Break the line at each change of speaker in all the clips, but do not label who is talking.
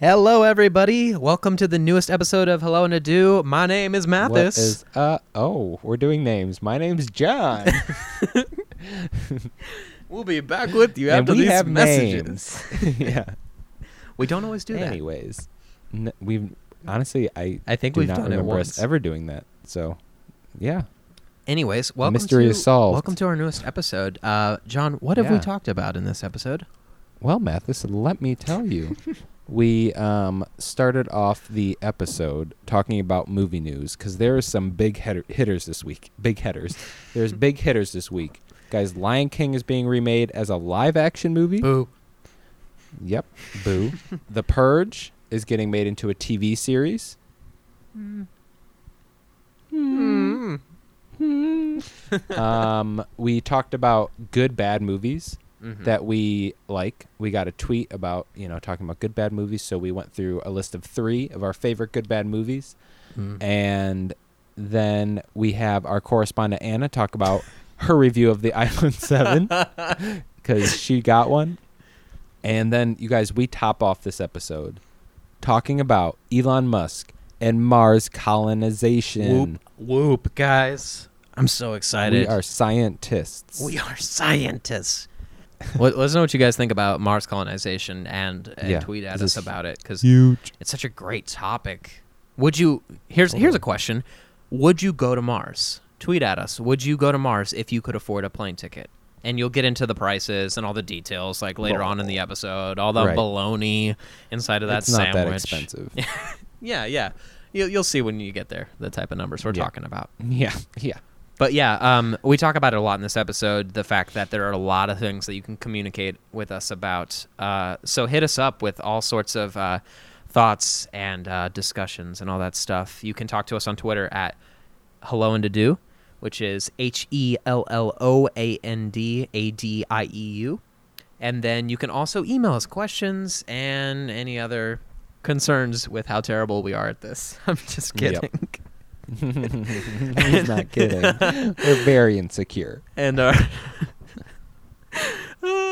Hello, everybody. Welcome to the newest episode of Hello and Ado. My name is Mathis.
What is uh oh, we're doing names. My name's John.
We'll be back with you
and
after
we
these
have
messages.
names. yeah.
We don't always do that.
Anyways, n- we've honestly I
I think
do
we've
not
done it
remember
once.
us ever doing that. So, yeah.
Anyways, welcome
mystery
to,
is solved.
Welcome to our newest episode. Uh, John, what have we
Yeah.
talked about in this episode?
Well, Mathis, let me tell you. we um, started off the episode talking about movie news because there are some big header- hitters this week. Big headers. There's big hitters this week. Guys, Lion King is being remade as a live action movie.
Boo.
Yep. Boo. the Purge is getting made into a TV series.
Mm.
um, we talked about good, bad movies
Mhm.
Mm-hmm. that we like. We got a tweet about, you know, talking about good, bad movies. So we went through a list of three of our favorite good, bad movies.
Mm.
And then we have our correspondent, Anna, talk about her review of the Island 7 because she got one. And then, you guys, we top off this episode talking about Elon Musk and Mars colonization.
Whoop, whoop, guys. I'm so excited.
We are scientists.
We are scientists. Let, us know what you guys think about Mars colonization and, and
Yeah,
tweet at
this
us
is
about it because
huge.
it's such a great topic. Would you? Here's here's a question: Would you go to Mars? Tweet at us. Would you go to Mars if you could afford a plane ticket? And you'll get into the prices and all the details like later on in the episode. All the
Right.
baloney inside of that
That's not
sandwich.
that expensive.
Yeah, yeah. You'll, you'll see when you get there the type of numbers we're
Yeah.
talking about.
yeah, yeah.
But yeah, um, we talk about it a lot in this episode. The fact that there are a lot of things that you can communicate with us about. Uh, so hit us up with all sorts of uh, thoughts and uh, discussions and all that stuff. You can talk to us on Twitter at Hello and Ado, which is H E L L O A N D A D I E U. And then you can also email us questions and any other concerns with how terrible we are at this. I'm just
Yep.
kidding.
He's not kidding. We're very insecure.
And our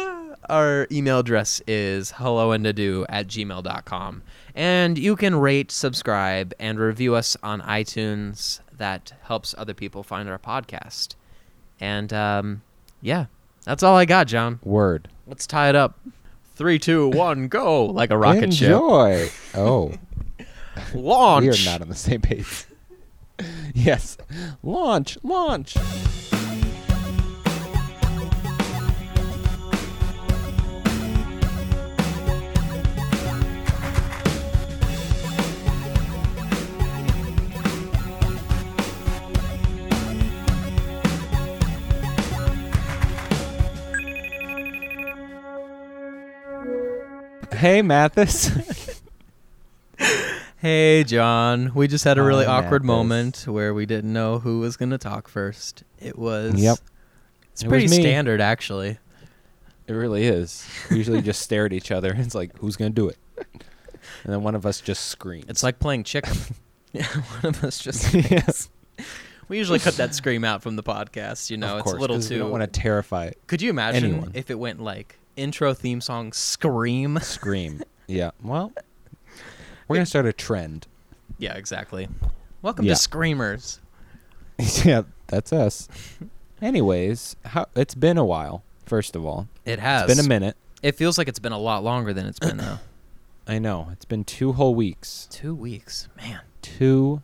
our email address is helloandado at gmail.com. And you can rate, subscribe, and review us on iTunes. That helps other people find our podcast. And um, yeah, that's all I got, John.
Word.
Let's tie it up. Three, two, one, go! Like a rocket
Enjoy. Oh,
ship. Launch.
we are not on the same page. yes. Launch. Launch. Hey, Mathis.
Hey, John. We just had a really
Hi,
awkward
Mathis.
moment where we didn't know who was going to talk first. It was.
Yep.
It's
It was
pretty
me.
standard, actually.
It really is. We usually just stare at each other and it's like, who's gonna do it? And then one of us just screams.
It's like playing chicken. Yeah, one of us just.
yes,
We usually cut that scream out from the podcast. You know,
of
it's
course,
a little
'cause We
too.
don't want to terrify. it.
Could you imagine
anyone.
if it went like intro theme song scream?
Scream. yeah. Well, we're gonna start a trend.
yeah, exactly. Welcome
Yeah.
to Screamers.
yeah, that's us. Anyways, how, it's been a while. First of all,
It has.
it's been a minute.
It feels like it's been a lot longer than it's been though.
I know it's been two whole weeks.
Two weeks, man.
Two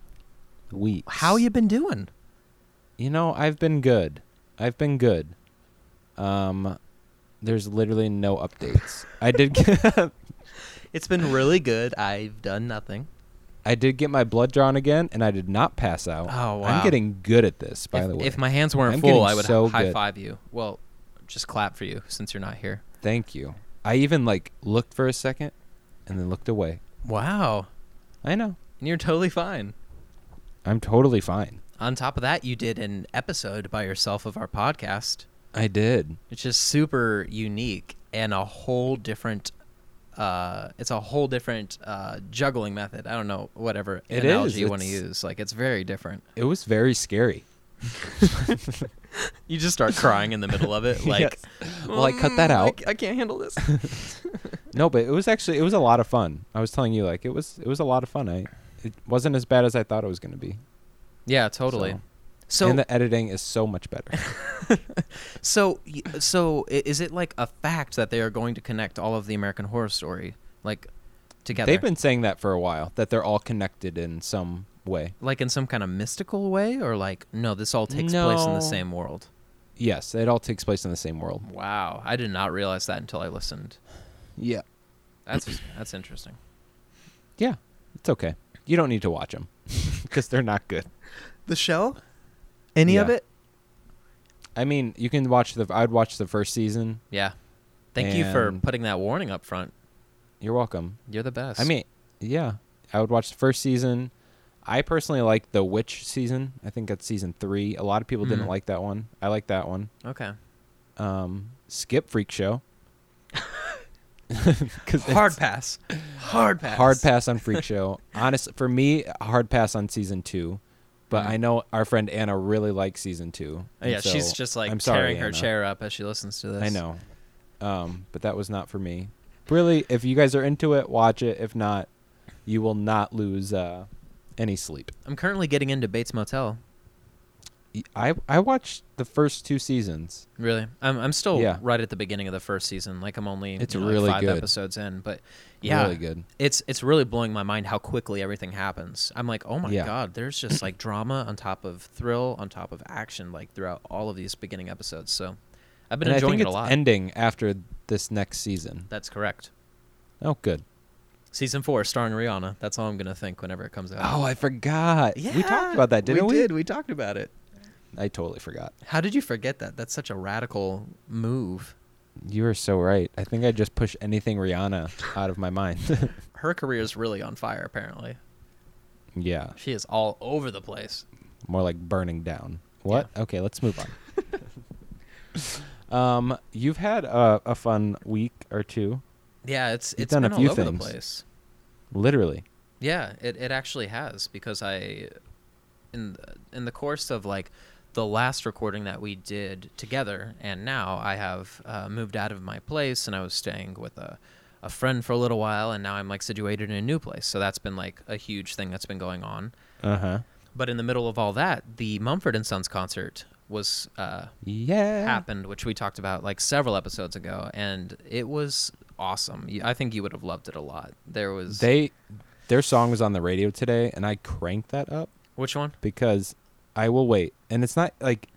weeks.
How you been doing?
You know, I've been good. I've been good. Um, there's literally no updates. I did. Get,
It's been really good. I've done nothing.
I did get my blood drawn again, and I did not pass out.
Oh, wow.
I'm getting good at this, by
if,
the way.
if my hands weren't
I'm
full,
getting
I would
so
high
good.
five you. Well, just clap for you since you're not here.
Thank you. I even like looked for a second, and then looked away.
Wow,
I know.
and you're totally fine.
I'm totally fine.
On top of that, you did an episode by yourself of our podcast,
I did.
which is super unique and a whole different. Uh, it's a whole different uh, juggling method. I don't know whatever
It
analogy
is,
you want to
it's-
use. Like it's very different.
It was very scary.
You just start crying in the middle of it. Like,
Yes. Well, I cut that
"Mm,
out."
I, I can't handle this.
No, but it was actually it was a lot of fun. I was telling you like it was it was a lot of fun. I it wasn't as bad as I thought it was going to be.
Yeah, totally.
So-
So,
and the editing is so much better.
so, y so, i- is it like a fact that they are going to connect all of the American Horror Story like together,
They've been saying that for a while that they're all connected in some way.
like in some kind of mystical way, or like no, this all takes place in the
No.
same world?
Yes, it all takes place in the same world.
Wow, I did not realize that until I listened.
Yeah.
That's that's interesting.
Yeah. It's okay. You don't need to watch them because they're not good.
The show,
Any of it? I mean, you can watch the I'd watch the first season.
Yeah. Thank you for
And-
putting that warning up front.
You're welcome.
You're the best.
I mean, yeah. I would watch the first season. I personally like the witch season. I think that's season 3. A lot of people didn't
Mhm.
like that one. I like that one.
okay.
Um skip freak show. Cuz
Hard pass. Hard pass.
Hard pass on Freak Show. Honest for me, a hard pass on season two. But
Mhm.
I know our friend Anna really likes season two.
Oh,
and
Yeah, she's
so
just like
I'm sorry,
tearing her
Anna.
chair up as she listens to this.
I know, um, but that was not for me. Really, if you guys are into it, watch it. If not, you will not lose uh, any sleep.
I'm currently getting into Bates Motel.
Y- I I watched the first two seasons.
Really, I'm I'm still
Yeah.
right at the beginning of the first season. Like I'm only
It's
you know, like,
really
five
good.
episodes in, but yeah,
really good.
it's it's really blowing my mind how quickly everything happens. I'm like, oh my
Yeah.
god, there's just like drama on top of thrill on top of action like throughout all of these beginning episodes. So I've been
and
enjoying
I think
it a
it's
lot.
ending after this next season.
That's correct.
Oh, good.
Season four starring Rihanna. That's all I'm gonna think whenever it comes out.
Oh, I forgot. we talked about that, didn't we?
did. We talked about it.
I totally forgot.
How did you forget that? That's such a radical move.
You are so right. I think I just pushed anything Rihanna out of my mind.
Her career is really on fire. Apparently,
yeah,
she is all over the place.
more like burning down. What? Okay, let's move on. um, you've had a, a fun week or two,
Yeah, it's
You've
it's
done a
been
few
all over
things.
the place.
literally.
Yeah, it, it actually has because I in the- in the course of like the last recording that we did together and now I have uh, moved out of my place and I was staying with a a friend for a little while and now I'm like situated in a new place. So that's been like a huge thing that's been going on.
Uh huh.
But in the middle of all that, the Mumford and Sons concert was uh,
Yeah.
happened, which we talked about like several episodes ago, and it was awesome. You- I think you would have loved it a lot. There was
They, their song was on the radio today, and I cranked that up
which one?
because I will wait. And it's not like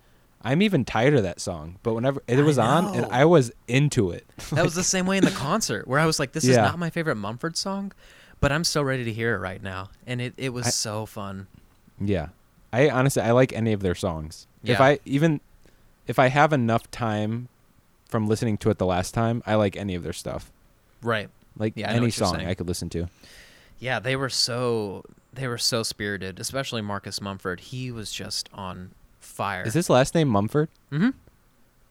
I'm even tired of that song, but whenever it
I
was on, and
know.
I was into it.
That was the same way in the concert where I was like, "This is
Yeah.
not my favorite Mumford song, but I'm so ready to hear it right now." And it, it was
I-
so fun.
Yeah. I honestly I like any of their songs. If
Yeah.
I even if I have enough time from listening to it the last time, I like any of their stuff.
Right?
Like
Yeah, I know
any
what you're
song
saying.
I could listen to.
Yeah, they were so they were so spirited, especially Marcus Mumford. He was just on fire.
Is his last name Mumford?
hmm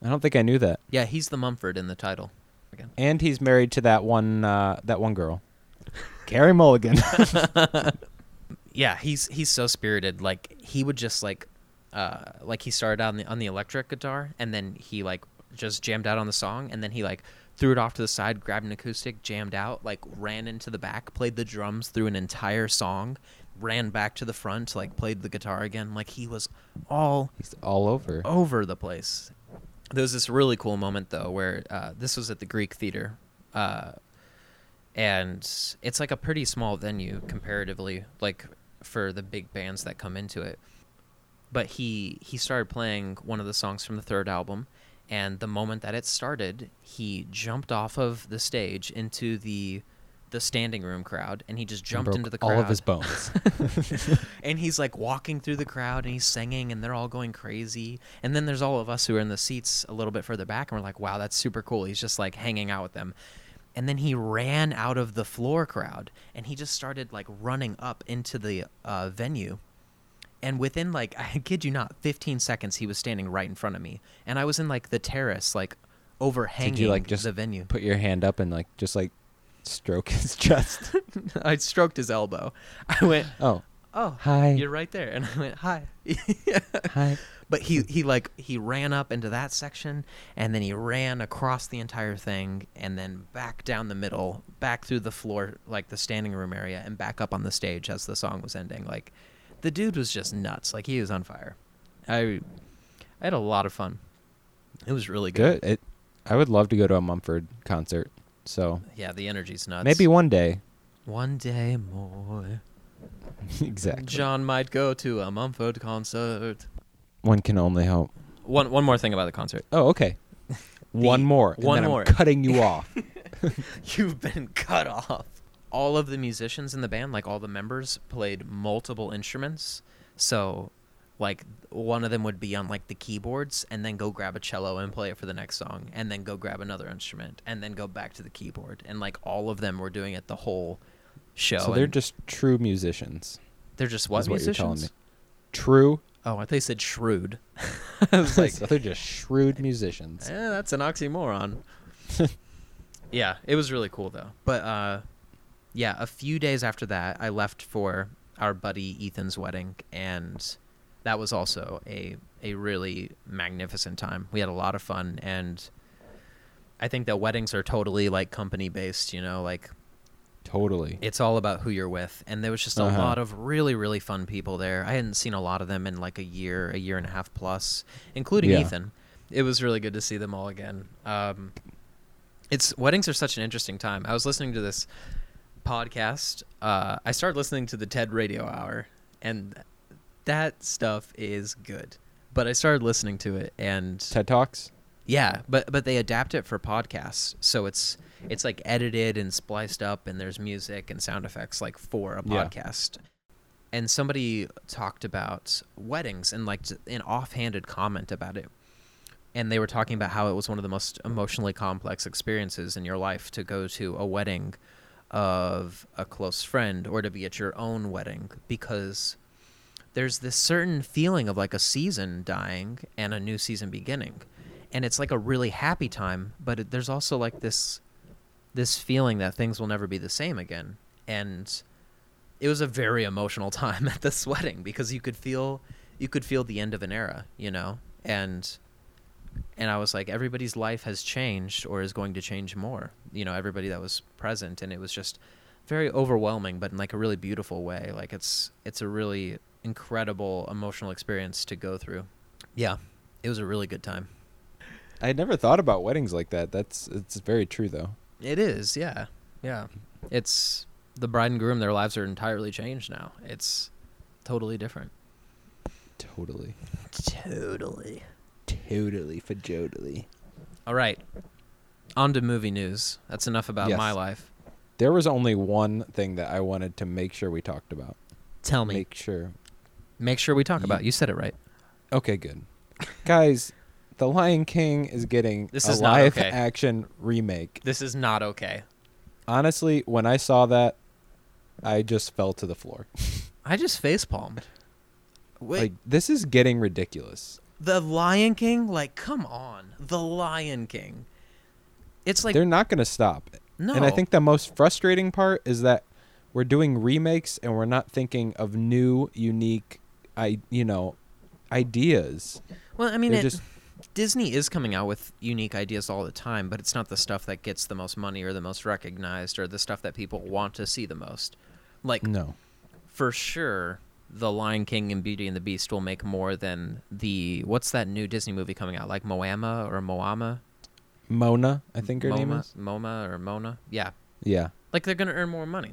I don't think I knew that.
Yeah, he's the Mumford in the title. Again.
And he's married to that one uh that one girl. Carrie Mulligan.
yeah he's he's so spirited like he would just like uh like he started out on the on the electric guitar and then he like just jammed out on the song and then he like threw it off to the side grabbed an acoustic jammed out like ran into the back played the drums through an entire song ran back to the front like played the guitar again like he was all
he's all over.
over the place. There was this really cool moment though, where uh, this was at the Greek Theater, uh, and it's like a pretty small venue comparatively, like for the big bands that come into it. But he he started playing one of the songs from the third album, and the moment that it started, he jumped off of the stage into the the standing room crowd, and he just
And
jumped
broke
into the crowd
All of his bones.
and he's like walking through the crowd and he's singing and they're all going crazy and then there's all of us who are in the seats a little bit further back and we're like wow that's super cool he's just like hanging out with them and then he ran out of the floor crowd and he just started like running up into the uh, venue and within like i kid you not 15 seconds he was standing right in front of me and i was in like the terrace like overhanging
Did you like just
the venue
put your hand up and like just like stroke his chest?
i stroked his elbow i went
Oh.
oh,
Hi.
you're right there. And I went, hi.
Hi.
But he, he like he ran up into that section and then he ran across the entire thing and then back down the middle, back through the floor, like the standing room area, and back up on the stage as the song was ending. Like the dude was just nuts. Like he was on fire. I I had a lot of fun. It was really good.
Good. It, I would love to go to a Mumford concert. So
Yeah, the energy's nuts.
maybe one day.
one day more.
exactly.
John might go to a Mumford concert.
One can only hope.
One one more thing about the concert.
Oh, okay. one more. and
one
then I'm
more.
cutting you off.
You've been cut off. All of the musicians in the band, like all the members, played multiple instruments. So, like one of them would be on like the keyboards and then go grab a cello and play it for the next song and then go grab another instrument and then go back to the keyboard and like all of them were doing it the whole show.
so they're
and
just true musicians.
they're just what,
is what you're
musicians?
telling me. True.
Oh, I thought you said shrewd. I was like,
so they're just shrewd musicians.
Eh, that's an oxymoron. yeah, it was really cool though. But uh, yeah, a few days after that, I left for our buddy Ethan's wedding, and that was also a a really magnificent time. We had a lot of fun, and I think that weddings are totally like company based. You know, like
Totally.
it's all about who you're with and there was just a
Uh-huh.
lot of really really fun people there i hadn't seen a lot of them in like a year a year and a half plus including
Yeah.
ethan it was really good to see them all again um, it's weddings are such an interesting time i was listening to this podcast uh, i started listening to the ted radio hour and that stuff is good but i started listening to it and
TED Talks.
yeah, but but they adapt it for podcasts, so it's it's like edited and spliced up, and there's music and sound effects like for a
Yeah.
podcast. And somebody talked about weddings and like t- an offhanded comment about it, and they were talking about how it was one of the most emotionally complex experiences in your life to go to a wedding of a close friend or to be at your own wedding because there's this certain feeling of like a season dying and a new season beginning and it's like a really happy time but it, there's also like this this feeling that things will never be the same again and it was a very emotional time at this wedding because you could feel you could feel the end of an era you know and and i was like everybody's life has changed or is going to change more you know everybody that was present and it was just very overwhelming but in like a really beautiful way like it's it's a really incredible emotional experience to go through yeah it was a really good time
I had never thought about weddings like that. That's it's very true though.
It is, yeah, yeah. It's the bride and groom; their lives are entirely changed now. It's totally different.
Totally.
Totally.
Totally for jodely.
All right. On to movie news. That's enough about
Yes.
my life.
There was only one thing that I wanted to make sure we talked about.
Tell me. Make,
Make sure.
sure we talk
Ye-
about. it. You said it right.
Okay, good. Guys, The Lion King is getting
This
a
is not
live
okay.
action remake.
This is not okay.
Honestly, when I saw that, I just fell to the floor.
I just face palmed. Wait,
Like this is getting ridiculous.
the Lion King? Like, come on, the Lion King. It's like
They're not going to stop.
no.
And I think the most frustrating part is that we're doing remakes and we're not thinking of new, unique, I you know, ideas.
Well, I mean,
They're
it,
just-
Disney is coming out with unique ideas all the time, but it's not the stuff that gets the most money or the most recognized or the stuff that people want to see the most. Like
No.
for sure, The Lion King and Beauty and the Beast will make more than the what's that new Disney movie coming out? Like Moama or Moama?
Mona, I think her name
Moma-
is.
Moma or Mona? Yeah,
Yeah.
like they're gonna earn more money.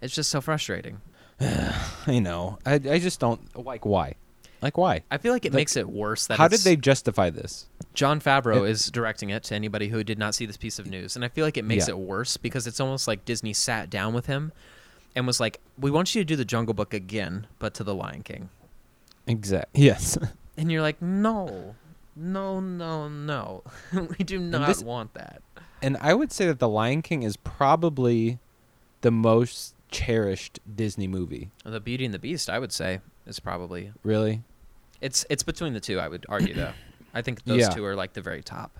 It's just so frustrating.
I know. I I just don't like why. Like why?
I feel like it
Like,
makes it worse that
How did
it's-
they justify this?
John Favreau
It-
is directing it to anybody who did not see this piece of news. And I feel like it makes
Yeah.
it worse because it's almost like Disney sat down with him and was like, We want you to do the Jungle Book again, but to the Lion King.
Exactly. Yes.
And you're like, No, no, no, no. we do not
this-
want that.
and I would say that The Lion King is probably the most cherished Disney movie.
The Beauty and the Beast, I would say, is probably
Really?
it's it's between the two, I would argue though. I think those
Yeah.
two are like the very top.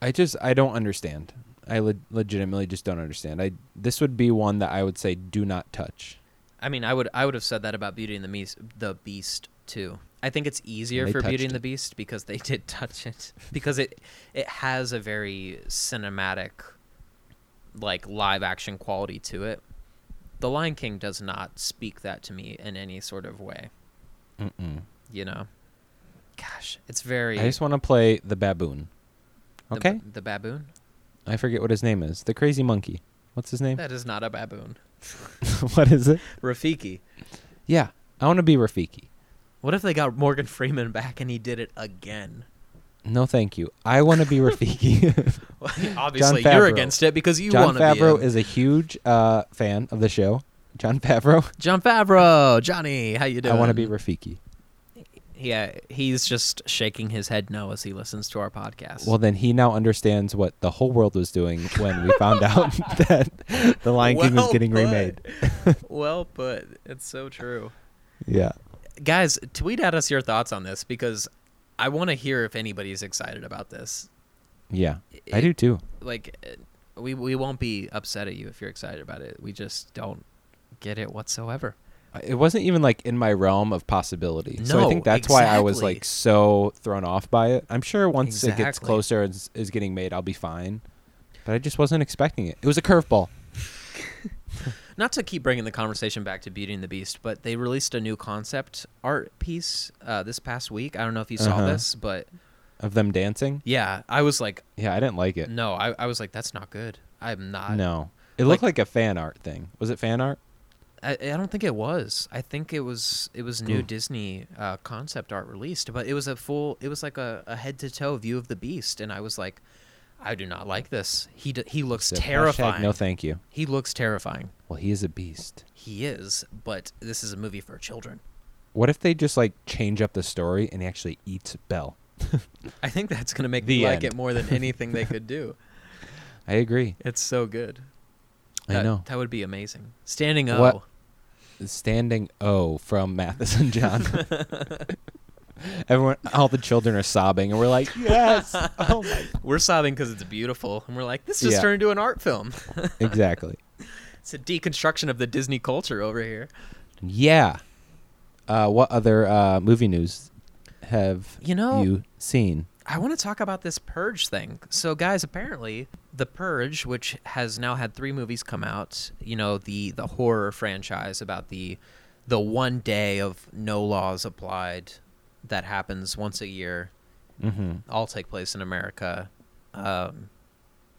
I just I don't understand. I le- legitimately just don't understand. I this would be one that I would say do not touch.
I mean, I would I would have said that about Beauty and the Beast, the Beast too. I think it's easier
They
for Beauty
touched
and the
it.
Beast because they did touch it because it it has a very cinematic like live action quality to it. The Lion King does not speak that to me in any sort of way,
Mm-mm.
you know. Gosh, it's very
I just want to play the baboon.
the b-
Okay,
The, baboon?
I forget what his name is. The crazy monkey. What's his name?
That is not a baboon.
what is it?
Rafiki.
Yeah, I want to be Rafiki.
What if they got Morgan Freeman back and he did it again?
No, thank you. I want to be Rafiki.
Well, Obviously, you're
Favreau.
against it because you
John
want to be
Favreau
in.
is a huge uh, fan of the show. John Favreau.
John Favreau, Johnny, how you doing?
I want to be Rafiki.
Yeah, he's just shaking his head no as he listens to our podcast.
Well, then he now understands what the whole world was doing when we found out that The Lion King was
Well
getting
put.
remade.
well, but it's so true.
Yeah.
Guys, tweet at us your thoughts on this because I want to hear if anybody's excited about this.
Yeah. I
It-
do too.
Like, it- we we won't be upset at you if you're excited about it. We just don't get it whatsoever.
It wasn't even like in my realm of possibility. so I
No,
think that's why I was
exactly.
like so thrown off by it. I'm sure once it gets
Exactly.
closer and s- is getting made, I'll be fine. But I just wasn't expecting it. It was a curveball.
Not to keep bringing the conversation back to Beauty and the Beast, but they released a new concept art piece uh, this past week. I don't know if you saw
Uh-huh.
this, but
of them dancing.
yeah, I was like,
Yeah, I didn't like it.
no, I, I was like, that's not good. I'm not.
no. It looked like, a fan art thing. Was it fan art?
I, I don't think it was. I think it was it was new
Ooh.
Disney uh, concept art released, but it was a full. It was like a, a head to toe view of the Beast, and I was like, I do not like this. He d- he looks
So, hashtag
terrifying.
No, thank you.
he looks terrifying.
Well, he is a beast.
He is, but this is a movie for children.
What if they just like change up the story and he actually eats Belle?
I think that's gonna make
The
me like
end.
it more than anything they could do.
I agree.
It's so good.
I
That-
know.
That would be amazing. Standing O.
What- Standing O from Matheson John. Everyone, all the children are sobbing, and we're like, yes. Oh my.
We're sobbing because it's beautiful, and we're like, this just
Yeah.
turned into an art film.
Exactly.
it's a deconstruction of the Disney culture over here.
Yeah. Uh, what other uh, movie news have
You know-
you seen?
I want to talk about this Purge thing. So, guys, apparently, the Purge, which has now had three movies come out, you know, the the horror franchise about the the one day of no laws applied that happens once a year,
Mm-hmm.
all take place in America, um,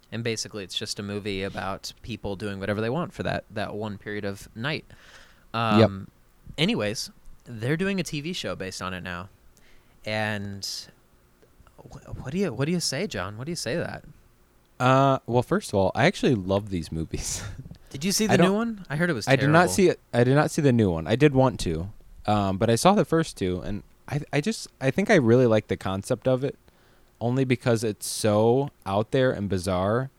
and basically, it's just a movie about people doing whatever they want for that that one period of night. Um, Anyways, they're doing a TV show based on it now, and wh- what do you what do you say, John? What do you say to that?
Uh, well, first of all, I actually love these movies.
Did you see
I
the new
don't-
one? I heard it was.
I did not
terrible.
see it. I did not see the new one. I did want to, um, but I saw the first two, and I, I just, I think I really like the concept of it, only because it's so out there and bizarre,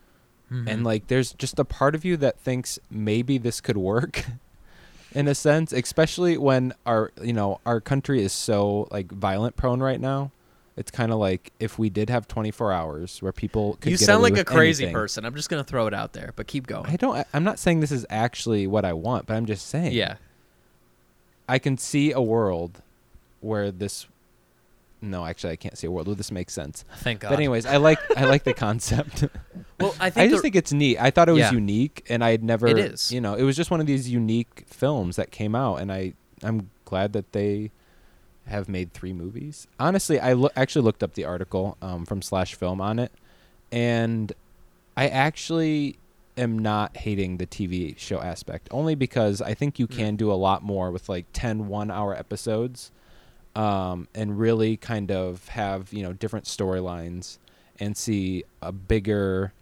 Mm-hmm.
and like, there's just a part of you that thinks maybe this could work, in a sense, especially when our, you know, our country is so like violent prone right now. It's kind of like if we did have 24 hours where people could
You
get
sound
away
like a
with
crazy
anything.
person. I'm just gonna throw it out there, but keep going.
I don't. I- I'm not saying this is actually what I want, but I'm just saying.
yeah,
I can see a world where this. No, actually, I can't see a world where this makes sense.
thank God.
But anyways, I like I like the concept.
well, I think,
I just
the-
think it's neat. I thought it was
Yeah.
unique, and I had never.
It is.
You know, it was just one of these unique films that came out, and I I'm glad that they have made three movies. Honestly, I loo- actually looked up the article um, from Slash Film on it, and I actually am not hating the TV show aspect only because I think
Mm.
you can do a lot more with like 10 one hour episodes um, and really kind of have, you know, different storylines and see a bigger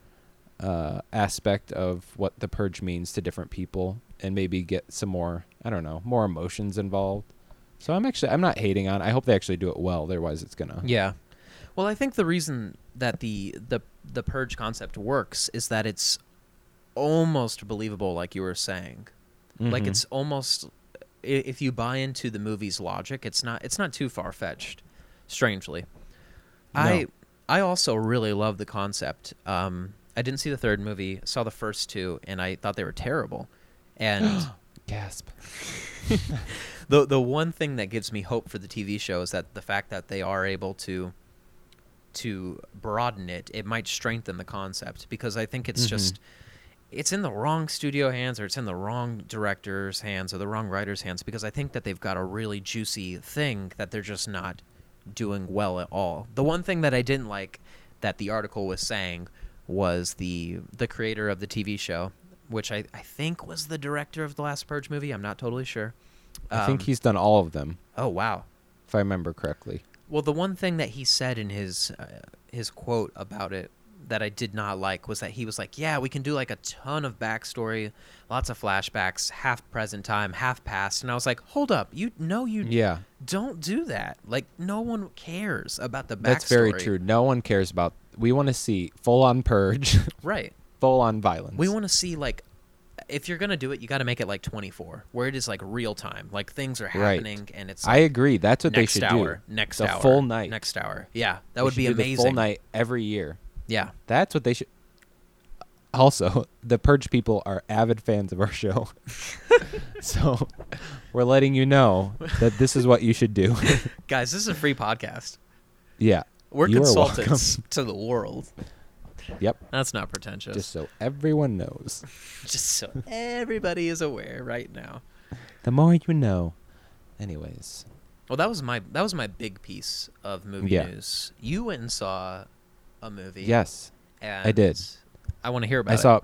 uh, aspect of what the purge means to different people and maybe get some more, I don't know, more emotions involved. So I'm actually I'm not hating on. it. I hope they actually do it well. Otherwise, it's gonna.
Yeah. Well, I think the reason that the the the purge concept works is that it's almost believable like you were saying. Like
Mhm.
it's almost i- if you buy into the movie's logic, it's not it's not too far-fetched strangely. I
No.
I also really love the concept. Um I didn't see the third movie, saw the first two and I thought they were terrible. And
Gasp.
the the one thing that gives me hope for the TV show is that the fact that they are able to to broaden it, it might strengthen the concept because I think it's
Mhm.
just it's in the wrong studio hands or it's in the wrong director's hands or the wrong writer's hands because I think that they've got a really juicy thing that they're just not doing well at all. The one thing that I didn't like that the article was saying was the the creator of the TV show, which I, I think was the director of the last Purge movie. I'm not totally sure.
I think
Um,
he's done all of them,
Oh wow.
if I remember correctly.
Well, the one thing that he said in his uh, his quote about it that I did not like was that he was like, "Yeah, we can do like a ton of backstory, lots of flashbacks, half present time, half past." And I was like, "Hold up, you no, you
Yeah,
don't do that. Like, no one cares about the backstory."
that's very true. No one cares about. We want to see full on purge,
Right.
full on violence.
We want to see like if you're gonna do it, you got to make it like 24, where it is like real time, like things are
Right.
happening, and it's
I agree. That's what
like, next
they should
hour,
do.
next
the
hour,
full night.
next hour. Yeah, that
They
would
should
be
do
amazing.
The full night every year.
Yeah.
That's what they should. Also, the Purge people are avid fans of our show. so we're letting you know that this is what you should do.
Guys, this is a free podcast.
yeah.
We're
You are
consultants to the world.
welcome. Yep.
That's not pretentious. Just,
Just so everyone knows.
so everybody is aware right now.
The more you know. Anyways,
Well, that was my that was my big piece of movie
Yeah.
news. You went and saw a movie.
yes,
and
did.
I want to hear about
I
it.
saw.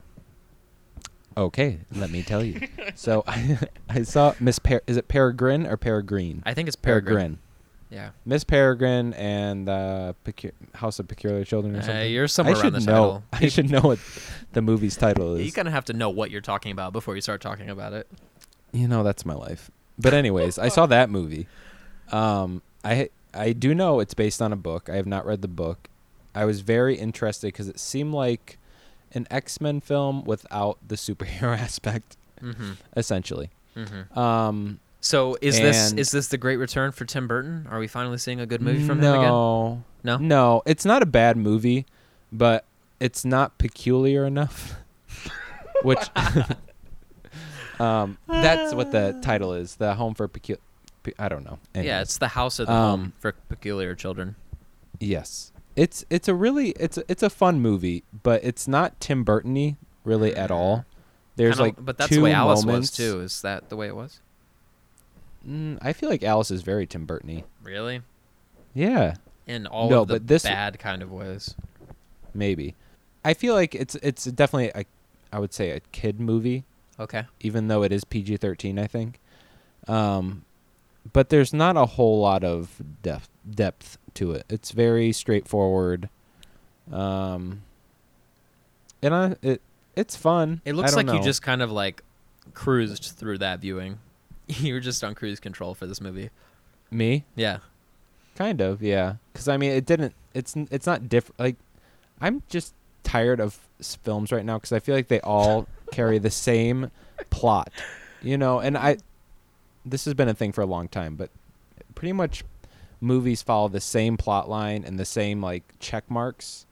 Okay, let me tell you. so I, I saw Miss Per. Is it Peregrine or Peregrine?
I think it's Peregrine. Yeah.
Miss Peregrine and the Pecu- House of Peculiar Children or
Uh,
something.
you're somewhere
I
around
should
the
know.
title.
I should know what the movie's title
You
is.
kind of have to know what you're talking about before you start talking about it.
You know, that's my life. But anyways, I saw that movie. Um, I I do know it's based on a book. I have not read the book. I was very interested because it seemed like an X Men film without the superhero aspect,
Mm-hmm.
essentially.
Mm-hmm.
Um,
So is this
And-
is this the great return for Tim Burton? Are we finally seeing a good movie from him again?
no,
No?
no, it's not a bad movie, but it's not peculiar enough. Which, um, that's what the title is. The home for peculiar. I don't know.
Yeah,
Anyways.
it's the house of the
Um,
home for peculiar children.
Yes. It's it's a really it's a, it's a fun movie, but it's not Tim Burton-y really at all. There's
Kinda-
like
but that's
two
the way Alice
moments.
was too. Is that the way it was?
Mm, I feel like Alice is very Tim Burton-y.
Really?
Yeah,
In all
No,
of the
but this-
bad kind of ways.
maybe. I feel like it's it's definitely a I would say a kid movie,
Okay.
even though it is PG-13, I think. Um, but there's not a whole lot of depth depth to it. It's very straightforward. Um, and I, it it's fun.
It
I
looks
don't
like you
know.
just kind of like cruised through that viewing. you were just on cruise control for this movie.
me
Yeah.
kind of yeah. Because I mean, it didn't. It's n- it's not different. Like I'm just tired of s- films right now because I feel like they all carry the same plot, you know. And I this has been a thing for a long time, but pretty much movies follow the same plot line and the same like check marks.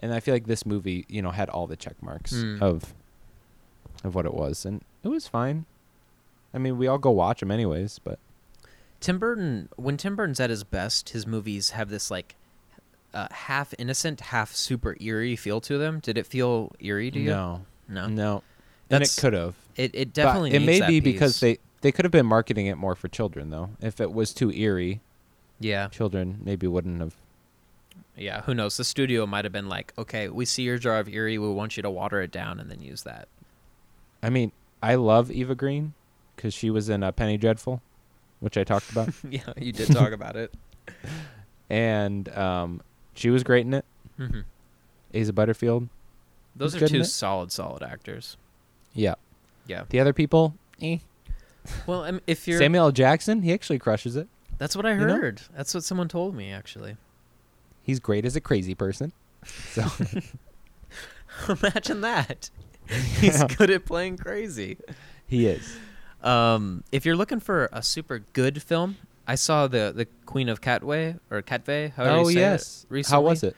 And I feel like this movie, you know, had all the check marks
Mm.
of of what it was, and it was fine. I mean, we all go watch them anyways, but
Tim Burton, when Tim Burton's at his best, his movies have this like uh, half innocent, half super eerie feel to them. Did it feel eerie to you?
no,
No.
no, and it
That's-
could have.
It it
But
definitely
it
needs
may
that
be because
piece.
they they could have been marketing it more for children though if it was too eerie
yeah
children maybe wouldn't have
yeah who knows the studio might have been like okay we see your jar of eerie we want you to water it down and then use that
i mean i love eva green because she was in uh, penny dreadful which i talked about
yeah you did talk about it
and um, she was great in it
hmm
asa butterfield
Those
He's
are
good in
two
it.
solid, solid actors.
yeah
Yeah.
the other people eh.
Well, um, if you're,
samuel L. jackson he actually crushes it
that's what I
you know?
heard. That's what someone told me actually.
he's great as a crazy person so
Imagine that. He's
Yeah.
good at playing crazy.
he is
Um, if you're looking for a super good film, I saw the the Queen of Catway or Catve. How
oh
you say
yes
It recently.
how was it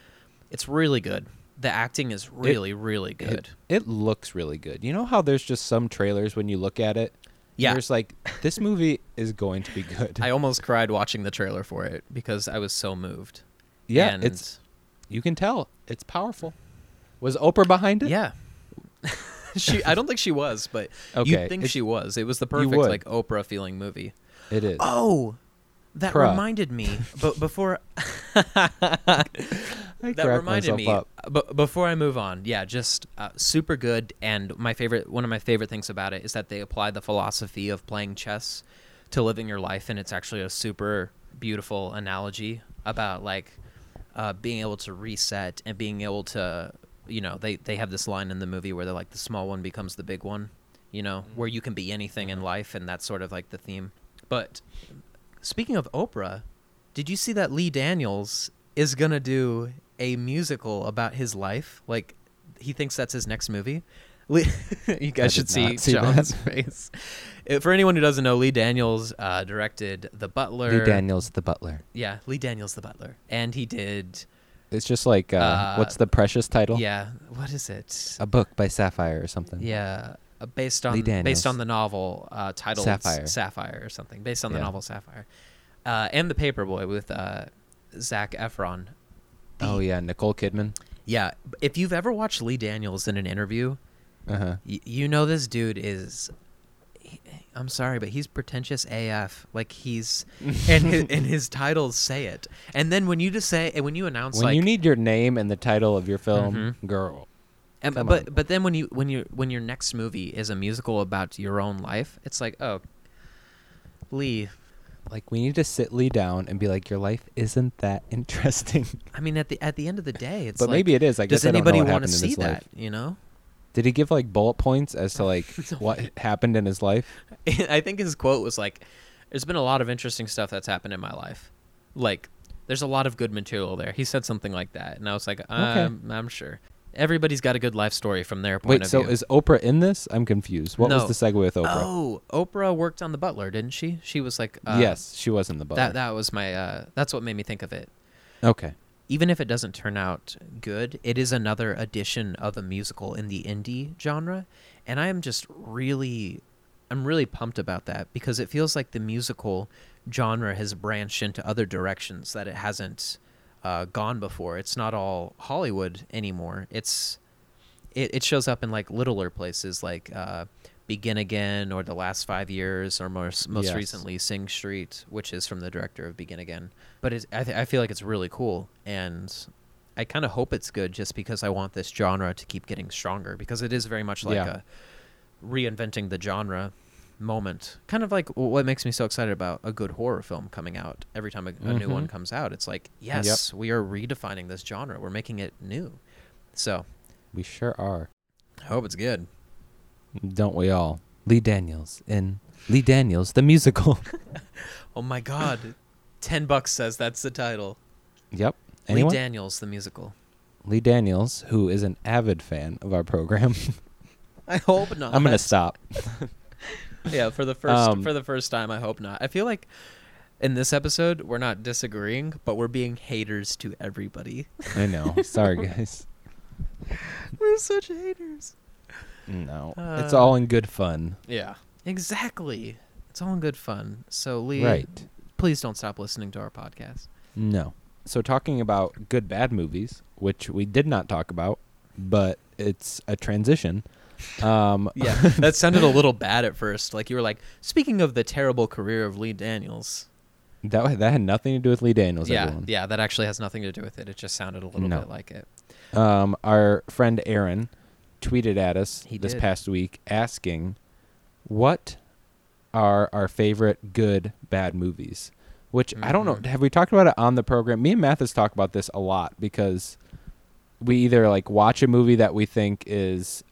It's really good. The acting is really, really good.
It looks really good. You know how there's just some trailers when you look at it
Yeah.
There's like this movie is going to be good.
I almost cried watching the trailer for it because I was so moved.
yeah,
And-
it's you can tell it's powerful. Was Oprah behind it?
yeah. she, I don't think she was, but
Okay,
you'd think
it's-
she was. It was the perfect
would.
like Oprah feeling movie.
it is.
Oh, that
Cruh.
reminded me. But before
I
that
cracked
reminded
myself
me.
up.
But before I move on, yeah, just uh, super good. And my favorite, one of my favorite things about it is that they apply the philosophy of playing chess to living your life, and it's actually a super beautiful analogy about like uh, being able to reset and being able to, you know, they they have this line in the movie where they're like the small one becomes the big one, you know,
Mm-hmm.
where you can be anything in life, and that's sort of like the theme. But Speaking of Oprah, did you see that Lee Daniels is gonna do a musical about his life? Like, he thinks that's his next movie. Lee, you guys
I
should
did
see,
not see
John's face. Uh, For anyone who doesn't know, Lee Daniels uh, directed The Butler.
Lee Daniels, the butler.
Yeah, Lee Daniels, The Butler, and he did.
It's just like uh,
Uh,
what's the precious title?
Yeah, what is it?
a book by Sapphire or something.
yeah, uh, based
Lee
on
Daniels.
based on the novel uh, titled
Sapphire.
Sapphire or something, based on the
Yeah.
novel Sapphire, uh, and the Paperboy with uh, Zach Efron.
Oh yeah, Nicole Kidman.
Yeah, b- if you've ever watched Lee Daniels in an interview,
Uh huh.
y- you know this dude is. he- I'm sorry, but he's pretentious AF. Like he's, and his, and his titles say it. And then when you just say, and when you announce,
When
like, Mm-hmm.
you need your name and the title of your film, girl.
and,
come
but
on.
but then when you when you when your next movie is a musical about your own life, it's like, oh, Lee.
Like we need to sit Lee down and be like, your life isn't that interesting.
I mean, at the at the end of the day, it's
but
like,
maybe it is. I guess
does
I don't know
anybody
what
want to
happened
see
in his
that?
life.
You know.
Did he give like bullet points as to like what happened in his life?
I think his quote was like, "There's been a lot of interesting stuff that's happened in my life. Like, there's a lot of good material there." He said something like that, and I was like, "I'm, I'm sure everybody's got a good life story from their point
Wait,
of
so
view."
is Oprah in this? I'm confused. What
No.
was the segue with Oprah?
Oh, Oprah worked on The Butler, didn't she? She was like, uh,
yes, she was in the book.
That that was my. Uh, that's what made me think of it.
okay.
Even if it doesn't turn out good, it is another edition of a musical in the indie genre, and I am just really, I'm really pumped about that because it feels like the musical genre has branched into other directions that it hasn't uh, gone before. It's not all Hollywood anymore. It's it, it shows up in like littler places like uh, Begin Again or The Last Five Years or most, most
Yes.
recently Sing Street, which is from the director of Begin Again. But it's, I, th- I feel like it's really cool and I kind of hope it's good just because I want this genre to keep getting stronger because it is very much like
Yeah.
a reinventing the genre moment. Kind of like what makes me so excited about a good horror film coming out every time a, a new one
Mhm.
comes out. It's like, yes, we are redefining this genre. We're making it new. So
We sure are.
I hope it's good.
Don't we all? Lee Daniels in Lee Daniels the musical.
Oh my god. 10 bucks says that's the title.
yep.
Lee
Anyone?
Daniels the musical.
Lee Daniels, who is an avid fan of our program.
I hope not.
I'm gonna stop.
Yeah, for the first
Um,
for the first time I hope not. I feel like in this episode we're not disagreeing, but we're being haters to everybody.
I know. Sorry, guys.
we're such haters.
No, it's all in good fun.
Yeah. Exactly. It's all in good fun. So Lee,
Right.
please don't stop listening to our podcast.
No. So talking about good bad movies, which we did not talk about, but it's a transition. Um,
Yeah, that sounded a little bad at first. Like you were like, speaking of the terrible career of Lee Daniels.
that that had nothing to do with Lee Daniels.
yeah,
everyone.
yeah, that actually has nothing to do with it. It just sounded a little
No.
bit like it.
um, our friend Aaron tweeted at us
He
this
did.
past week asking, "What are our favorite good bad movies?" Which I don't
Mm-hmm.
know. Have we talked about it on the program? Me and Mathis talk about this a lot because we either like watch a movie that we think is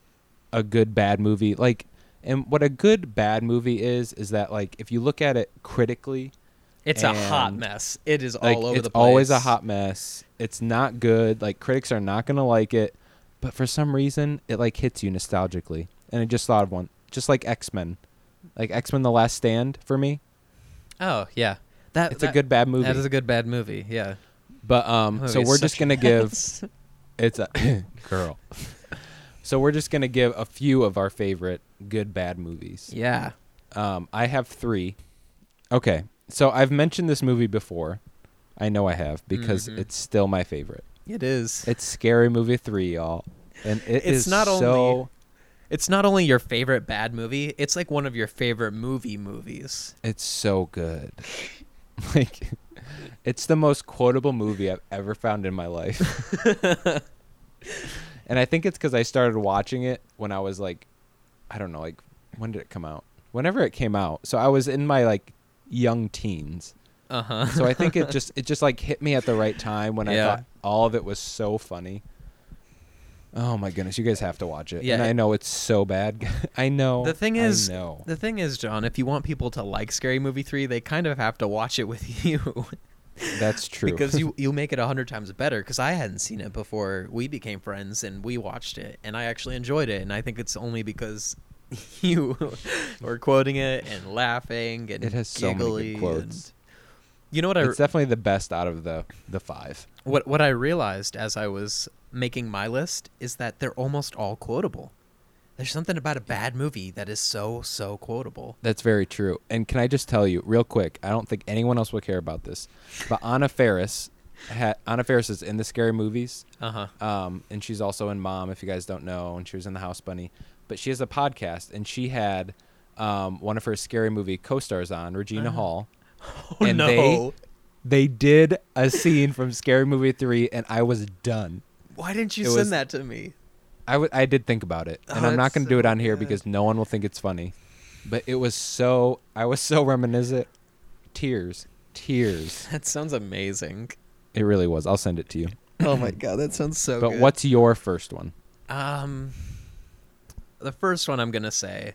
a good bad movie, like, and what a good bad movie is is that like if you look at it critically,
It's a hot
And,
mess. It is
like,
all over
it's
the place.
always a hot mess. It's not good. Like critics are not gonna like it, but for some reason it like hits you nostalgically. And I just thought of one, just like X Men, like X Men: The Last Stand for me.
Oh yeah, that
It's a
that-
good bad movie.
That is a good bad movie. Yeah.
but um, so
Movie is
we're just
such a
gonna give
mess.
it's a girl. So we're just gonna give a few of our favorite good bad movies.
yeah.
Um, I have three. Okay, so I've mentioned this movie before. I know I have because
Mhm.
it's still my favorite.
It is.
It's Scary Movie three, y'all, and it's
It's not
not
only-
so.
It's not only your favorite bad movie, it's like one of your favorite movie movies.
It's so good. like, it's the most quotable movie I've ever found in my life. and I think it's because I started watching it when I was like, I don't know, like, when did it come out? Whenever it came out. So I was in my like young teens.
Uh huh.
So I think it just, it just like hit me at the right time when
Yeah.
I thought all of it was so funny. Oh my goodness, you guys have to watch it.
Yeah,
and I
it-
know it's so bad. I know.
The thing is,
Oh, I know.
the thing is, John, if you want people to like Scary Movie three, they kind of have to watch it with you
That's true.
because you you make it a hundred times better. Because I hadn't seen it before we became friends and we watched it, and I actually enjoyed it. And I think it's only because you were quoting it and laughing and
It has so many good
giggly and-
quotes.
you know what I
it's definitely the best out of the the five.
What what I realized as I was making my list is that they're almost all quotable. There's something about a bad movie that is so so quotable.
That's very true. And can I just tell you real quick? I don't think anyone else will care about this, but Anna Ferris, ha- Anna Ferris is in the scary movies,
Uh huh.
um, and she's also in Mom. If you guys don't know, and she was in the House Bunny, but she has a podcast, and she had um, one of her scary movie co-stars on Regina Hall.
Oh
And they-
no!
Uh-huh. They did a scene from Scary Movie three, and I was done.
Why didn't you
it
send
was-
that to me?
I w- I did think about it, and
Oh,
I'm not
it's
going to do it
so
on here
good.
because no one will think it's funny. But it was so I was so reminiscent, tears, tears.
That sounds amazing.
It really was. I'll send it to you.
Oh my god, that sounds so.
but
good.
what's your first one?
Um, the first one I'm gonna say,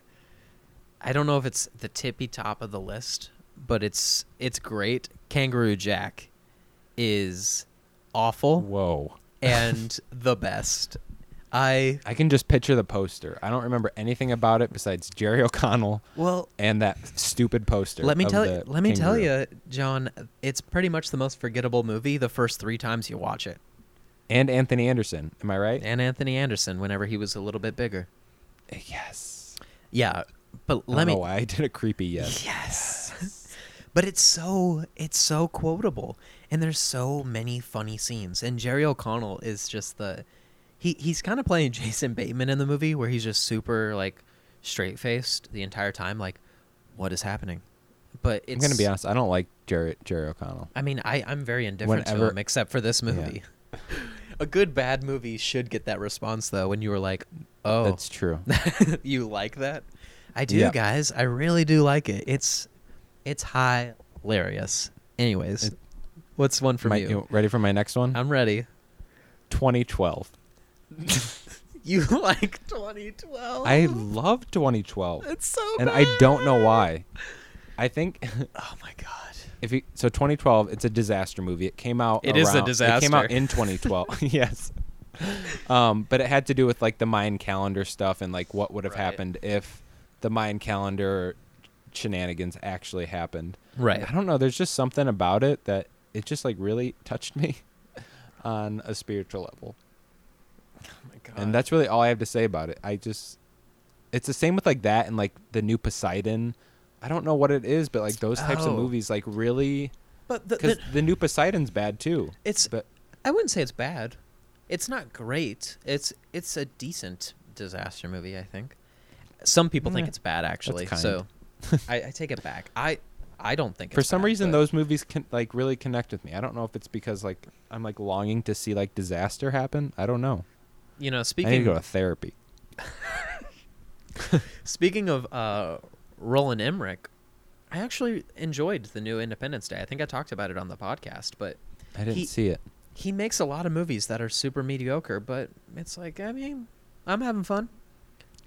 I don't know if it's the tippy top of the list, but it's it's great. Kangaroo Jack is awful
Whoa!
and the best. I
I can just picture the poster. I don't remember anything about it besides Jerry O'Connell
well,
and that stupid poster.
let me
of
tell
the
you, let me tell
kangaroo.
you, John. It's pretty much the most forgettable movie the first three times you watch it.
And Anthony Anderson. Am I right?
And Anthony Anderson, whenever he was a little bit bigger.
yes.
Yeah, but
I
let
don't
me
know why I did a creepy yes.
Yes. but it's so it's so quotable and there's so many funny scenes and Jerry O'Connell is just the he he's kind of playing Jason Bateman in the movie where he's just super like straight-faced the entire time like what is happening. But
I'm
it's
gonna be honest. I don't like Jerry Jerry O'Connell.
I mean, I I'm very indifferent to
Whenever-
him except for this movie. A good bad movie should get that response though when you were like, "Oh,
That's true.
you like that? I do,
Yeah.
guys. I really do like it. It's it's hilarious. Anyways,
It-
what's one for
My-
you?
you ready for my next one?
I'm ready.
2012.
You like 2012?
I love 2012,
It's so.
and I don't know
bad.
why. I think
Oh my god.
if you so 2012, it's a disaster movie. It came out.
It is a
around- It came
disaster.
out in 2012. yes. Um, but it had to do with like the Mayan calendar stuff and like what would have
Right.
happened if the Mayan calendar shenanigans actually happened.
Right.
I don't know. There's just something about it that it just like really touched me on a spiritual level.
Oh my god.
and that's really all I have to say about it. I just, it's the same with like that and like the new Poseidon. I don't know what it is, but like those types
Oh.
of movies, like really,
but the,
because
the,
the new Poseidon's bad too.
it's.
But
I wouldn't say it's bad. It's not great. It's it's a decent disaster movie. I think. Some people think
Yeah.
it's bad, actually.
Mm. kind.
So, I, I take it back. I I don't think
for
it's
some
bad,
reason,
but-
those movies can like really connect with me. I don't know if it's because like I'm like longing to see like disaster happen. I don't know.
you know
I need
speaking
to go to therapy.
Speaking of uh, Roland Emmerich, I actually enjoyed the new Independence Day. I think I talked about it on the podcast, but
I didn't
He-
see it.
he makes a lot of movies that are super mediocre. But it's like, I mean, I'm having fun.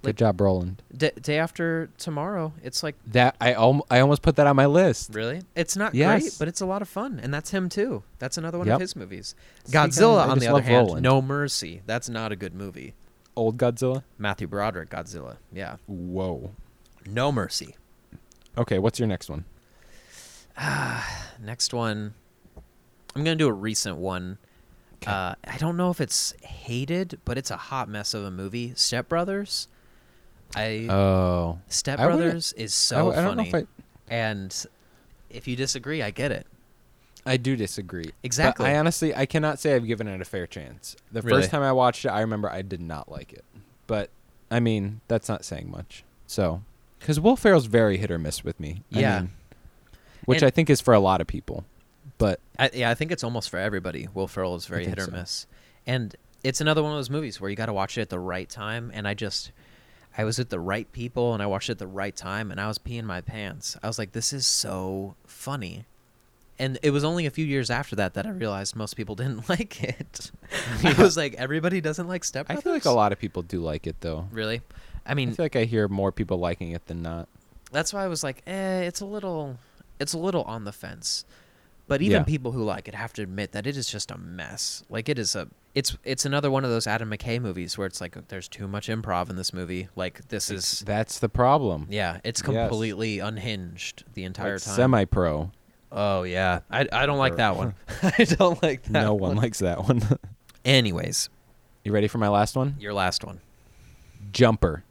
Good
like-
job, Roland.
D- day after tomorrow, it's like
That I al- I almost put that on my list.
really, it's not great,
Yes.
but it's a lot of fun, and that's him too. That's another one of
Yep.
his movies.
See, guys,
Godzilla,
I
on
just
the other
love
hand,
Roland.
No Mercy. That's not a good movie.
Old Godzilla.
Matthew Broderick, Godzilla. Yeah,
Whoa.
No Mercy.
Okay, what's your next one?
Next one, I'm gonna do a recent one. Uh, I don't know if it's hated, but it's a hot mess of a movie. Step Brothers. I
Oh.
Step
I wouldn't-
Brothers is
I,
so
I don't
funny.
know if
and if you disagree, I get it.
I. I do disagree. But
Exactly.
I honestly, I cannot say I've given it a fair chance. The
Really?
first time I watched it, I remember I did not like it. But I mean, that's not saying much. So, because Will Ferrell's very hit or miss with me. I
Yeah.
mean, which
And-
I think is for a lot of people. But
I, yeah, I think it's almost for everybody. Will Ferrell is very
think
hit or
so.
miss, and it's another one of those movies where you got to watch it at the right time. And I just, I was with the right people, and I watched it at the right time, and I was peeing my pants. I was like, "This is so funny," and it was only a few years after that that I realized most people didn't like it. I was like, "Everybody doesn't like Step
I
Brothers."
feel like a lot of people do like it, though.
Really, I
I
mean,
feel like I hear more people liking it than not.
that's why I was like, eh, it's a little, it's a little on the fence. But even
Yeah.
people who like it have to admit that it is just a mess. Like it is a, it's it's another one of those Adam McKay movies where it's like uh, there's too much improv in this movie. Like this is,
That's the problem.
yeah, it's
Yes.
completely unhinged the entire time.
Semi pro.
oh yeah, I I don't like that one. I don't like that.
No one likes that one.
Anyways,
you ready for my last one?
your last one.
Jumper.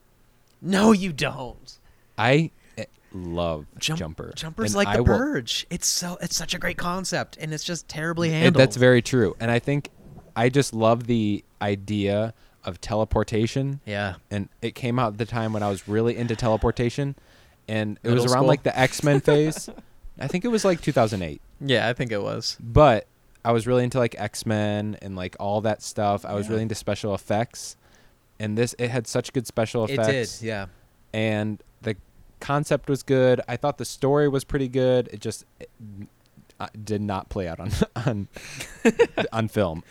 No, you don't.
I eh, love
Jump-
Jumper.
Jumper's
and
like
I
the
will-
Purge. It's so it's such a great concept, and it's just terribly
Eh,
handled.
that's very true. And I think I just love the idea of teleportation.
yeah.
And it came out at the time when I was really into teleportation. And it was
Middle
around
school?
like the X Men phase. I think it was like 2008.
Yeah, I think it was.
but I was really into like X Men and like all that stuff. I was
Yeah.
really into special effects, and this it had such good special
It
effects.
did, yeah.
and the concept was good. I thought the story was pretty good. It just it, uh, did not play out on on on film,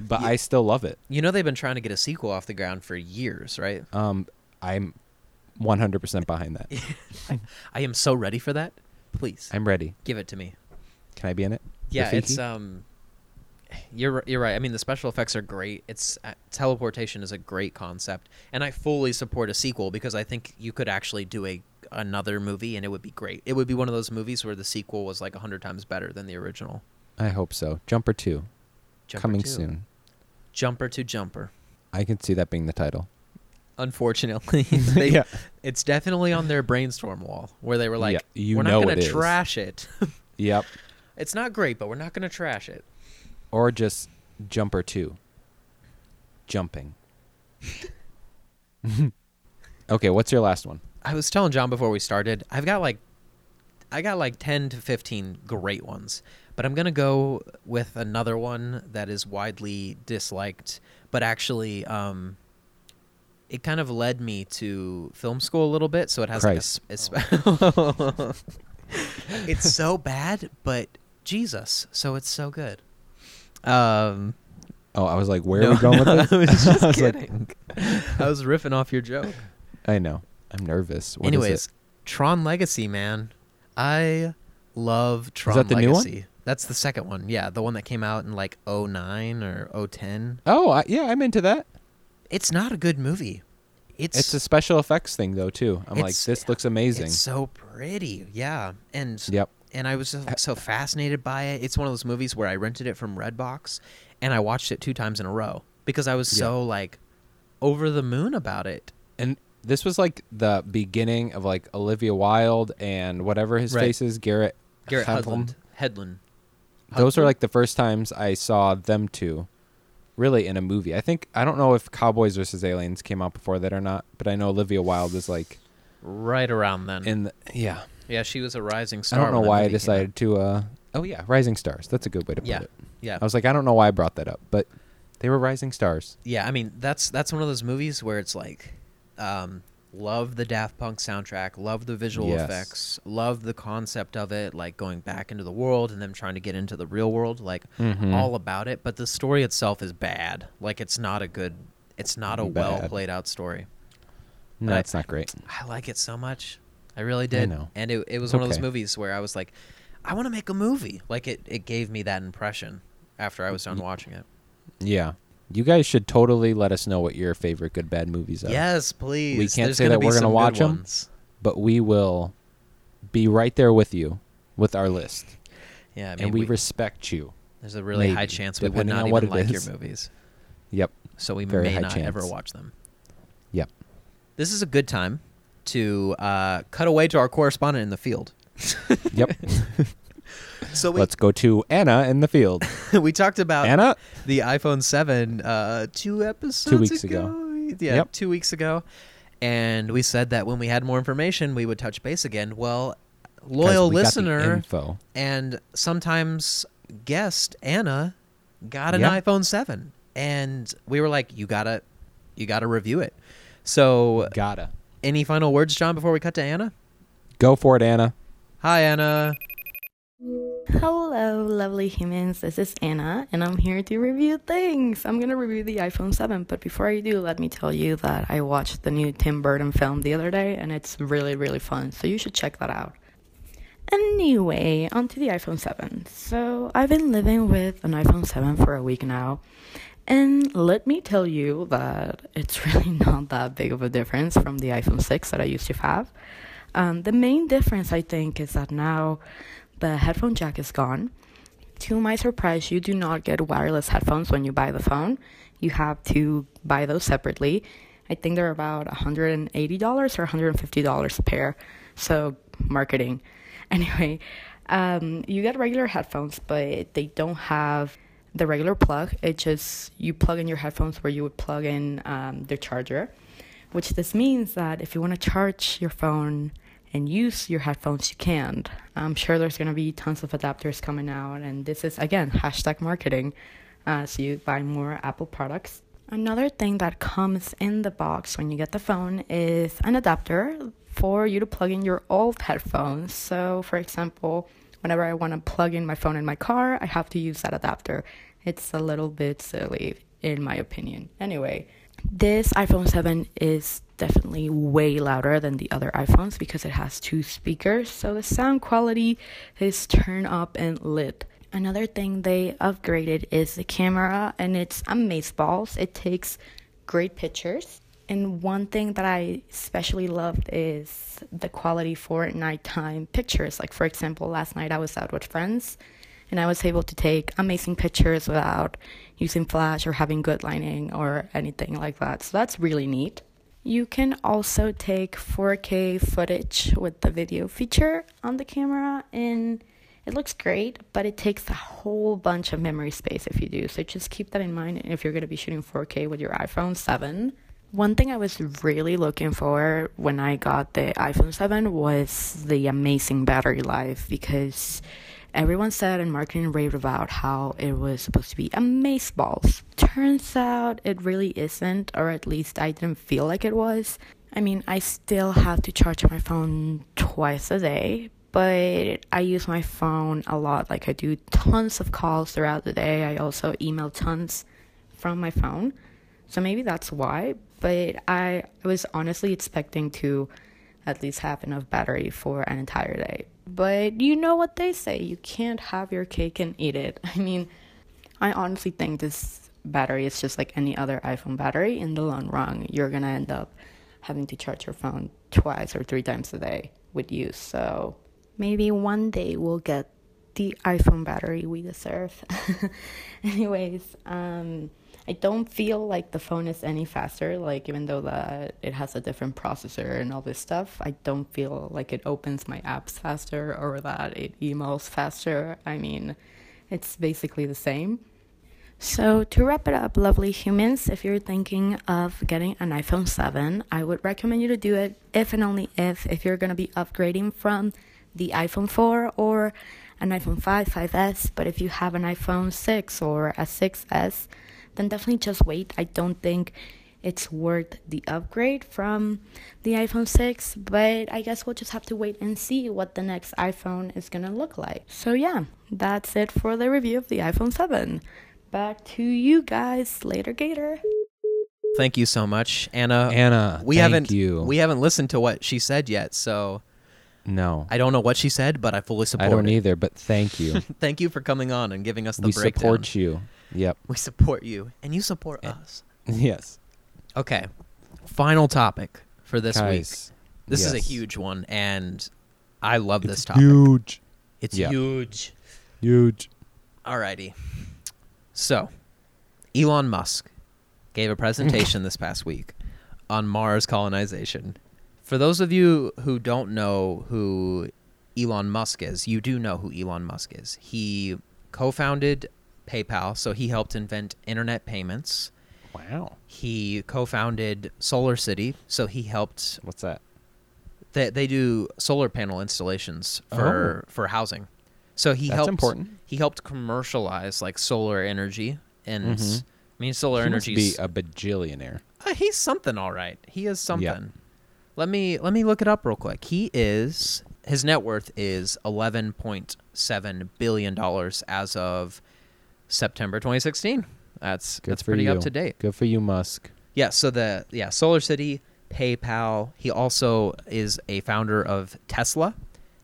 but I still love it.
You know they've been trying to get a sequel off the ground for years, right?
Um, I'm 100% behind that.
I am so ready for that. Please
I'm ready.
give it to me.
Can I be in it?
Yeah,
Rafiki?
it's um, you're r- you're right. I mean, the special effects are great. It's uh, teleportation is a great concept, and I fully support a sequel because I think you could actually do a another movie and it would be great. It would be one of those movies where the sequel was like a hundred times better than the original.
I hope so. Jumper two
Jumper
coming
2.
soon.
Jumper to jumper.
I can see that being the title.
Unfortunately, they, it's definitely on their brainstorm wall where they were like,
Yeah, you
"We're not
know
going
it
to
is."
trash it.
Yep.
It's not great, but we're not going to trash it."
or just jumper two. Jumping. okay, what's your last one?
I was telling John before we started, I've got like, I got like ten to fifteen great ones, but I'm going to go with another one that is widely disliked, but actually, um, it kind of led me to film school a little bit, so it has
Christ. Oh.
like a. Sp- it's so bad, but Jesus, so it's so good. Um,
Oh, I was like, where
no,
are we going
no,
with this?
I was just
I was like-
kidding. I was riffing off your joke.
I know. I'm nervous. What is
Anyways,
it?
Tron Legacy, man. I love Tron
that the new one?
Legacy. That's the second one. Yeah, the one that came out in like 09 or 010.
Oh, I, yeah, I'm into that.
It's not a good movie. It's
It's a special effects thing, though, too. I'm like,
It's-
this looks amazing.
It's so pretty. Yeah. And
Yep.
and I was just so fascinated by it. It's one of those movies where I rented it from Redbox and I watched it two times in a row because I was
Yeah.
so like over the moon about it.
And this was like the beginning of like Olivia Wilde and whatever his
Right.
face is, Garrett.
Garrett
Hedlund.
Hedlund. Hedlund.
Those were
Hudson?
like the first times I saw them two really in a movie. I think I don't know if Cowboys versus Aliens came out before that or not, but I know Olivia Wilde is like
Right around then.
in the, yeah.
yeah, she was a rising
I
star.
don't know
when that
why I
movie came out.
decided to uh oh yeah, Rising Stars. That's a good way to put
Yeah.
it.
Yeah.
I was like I don't know why I brought that up, but they were Rising Stars.
yeah, I mean that's that's one of those movies where it's like um love the Daft Punk soundtrack, love the visual
Yes.
effects, love the concept of it, like going back into the world and them trying to get into the real world, like
Mhm.
all about it, but the story itself is bad. Like it's not a good it's not a
Bad.
well played out story.
No,
I-
it's not great.
I like it so much. I really did.
know.
And it, it was
It's
one of those
okay.
movies where I was like, I want to make a movie. Like it, it gave me that impression after I was done watching it.
Yeah. You guys should totally let us know what your favorite good bad movies are.
Yes, please.
can't
There's
say
gonna
that
be
we're gonna
some good
watch 'em.
ones.
But we will be right there with you with our list.
Yeah, I mean,
and we,
we-
respect you.
there's a really high
maybe,
chance we would
depending
not
on
even
what it
like your
is.
movies,
Yep.
so we
Very
may
high
not ever
chance.
watch them.
Yep.
This is a good time to uh, cut away to our correspondent in the field.
Yep.
So we
Let's go to Anna in the field.
we talked about
Anna,
the iPhone 7 uh, two episodes
weeks ago.
Yeah,
Yep.
two weeks ago. And we said that when we had more information, we would touch base again. Well,
'cause
loyal
we got the
listener
info.
and sometimes guest Anna got an
Yeah.
iPhone 7. And we were like, you gotta, you gotta review it.
Uh,
So,
Gotta
any final words, John, before we cut to Anna?
go for it, Anna.
Hi, Anna.
Hello, lovely humans. This is Anna, and I'm here to review things. I'm going to review the iPhone 7, but before I do, let me tell you that I watched the new Tim Burton film the other day, and it's really, really fun. So you should check that out. Anyway, onto the iPhone 7. So I've been living with an iPhone 7 for a week now, and let me tell you that it's really not that big of a difference from the iPhone 6 that I used to have. Um, the main difference, I think, is that now the headphone jack is gone. To my surprise, you do not get wireless headphones when you buy the phone. You have to buy those separately. I think they're about $180 or $150 a pair. So, marketing. Anyway, um, you get regular headphones, but they don't have the regular plug. It just, you plug in your headphones where you would plug in um, the charger which this means that if you want to charge your phone and use your headphones, you can. I'm sure there's going to be tons of adapters coming out, and this is again hashtag marketing. Uh, so you buy more Apple products. Another thing that comes in the box when you get the phone is an adapter for you to plug in your old headphones. So, for example, whenever I want to plug in my phone in my car, I have to use that adapter. It's a little bit silly, in my opinion. Anyway, this iPhone 7 is definitely way louder than the other iPhones because it has two speakers, so the sound quality is turned up and lit. Another thing they upgraded is the camera, and it's amazeballs. It takes great pictures. And one thing that I especially loved is the quality for nighttime pictures. Like, for example, last night I was out with friends and I was able to take amazing pictures without using flash or having good lighting or anything like that. So that's really neat. You can also take 4K footage with the video feature on the camera and it looks great, but it takes a whole bunch of memory space if you do. So just keep that in mind if you're going to be shooting 4K with your iPhone 7. One thing I was really looking for when I got the iPhone 7 was the amazing battery life because everyone said and marketing raved about how it was supposed to be amazeballs. Turns out it really isn't, or at least I didn't feel like it was. I mean, I still have to charge my phone twice a day, but I use my phone a lot. Like, I do tons of calls throughout the day. I also email tons from my phone. So maybe that's why, but I was honestly expecting to at least have enough battery for an entire day. But you know what they say, you can't have your cake and eat it. I mean, I honestly think this battery is just like any other iPhone battery in the long run. You're gonna end up having to charge your phone twice or three times a day with use. So maybe one day we'll get the iPhone battery we deserve. Anyways, um, I don't feel like the phone is any faster. Like even though the it has a different processor and all this stuff, I don't feel like it opens my apps faster or that it emails faster. I mean, it's basically the same. So, to wrap it up, lovely humans, if you're thinking of getting an iPhone 7, I would recommend you to do it if and only if if you're going to be upgrading from the iPhone 4 or an iPhone 5, 5S, but if you have an iPhone 6 or a 6S, then definitely just wait. I don't think it's worth the upgrade from the iPhone 6, but I guess we'll just have to wait and see what the next iPhone is going to look like. So, yeah, that's it for the review of the iPhone 7. Back to you guys later, Gator.
Thank you so much,
uh,
Anna.
Anna,
we
thank
haven't
you.
we haven't listened to what she said yet, so
no, I,
I don't know what she said, but I fully support.
don't
it.
either, but thank you.
Thank you for coming on and giving us the
we
breakdown.
support you. Yep.
We support you, and you support us.
Yes.
Okay, final topic for this week.
Guys,
This is a
yes.
huge one, and I love this topic.
huge,
It's
Yeah.
huge.
huge.
Alrighty. So, Elon Musk gave a presentation this past week on Mars colonization. For those of you who don't know who Elon Musk is, you do know who Elon Musk is. He co founded PayPal, so he helped invent internet payments.
Wow.
He co founded Solar City, so he helped
What's that?
they, they do solar panel installations for for housing. So he
Oh. That's
helped
important.
he helped commercialize like solar energy and
Mhm.
I mean solar
He must
energy uh,
be a bajillionaire.
he's something all right. He is something. Let me let me look it up real quick. He is his net worth is 11.7 billion dollars as of September 2016. That's
Good
that's
for
pretty
you.
up to date.
Good for you, Musk.
Yeah, so the yeah, Solar City, PayPal. He also is a founder of Tesla.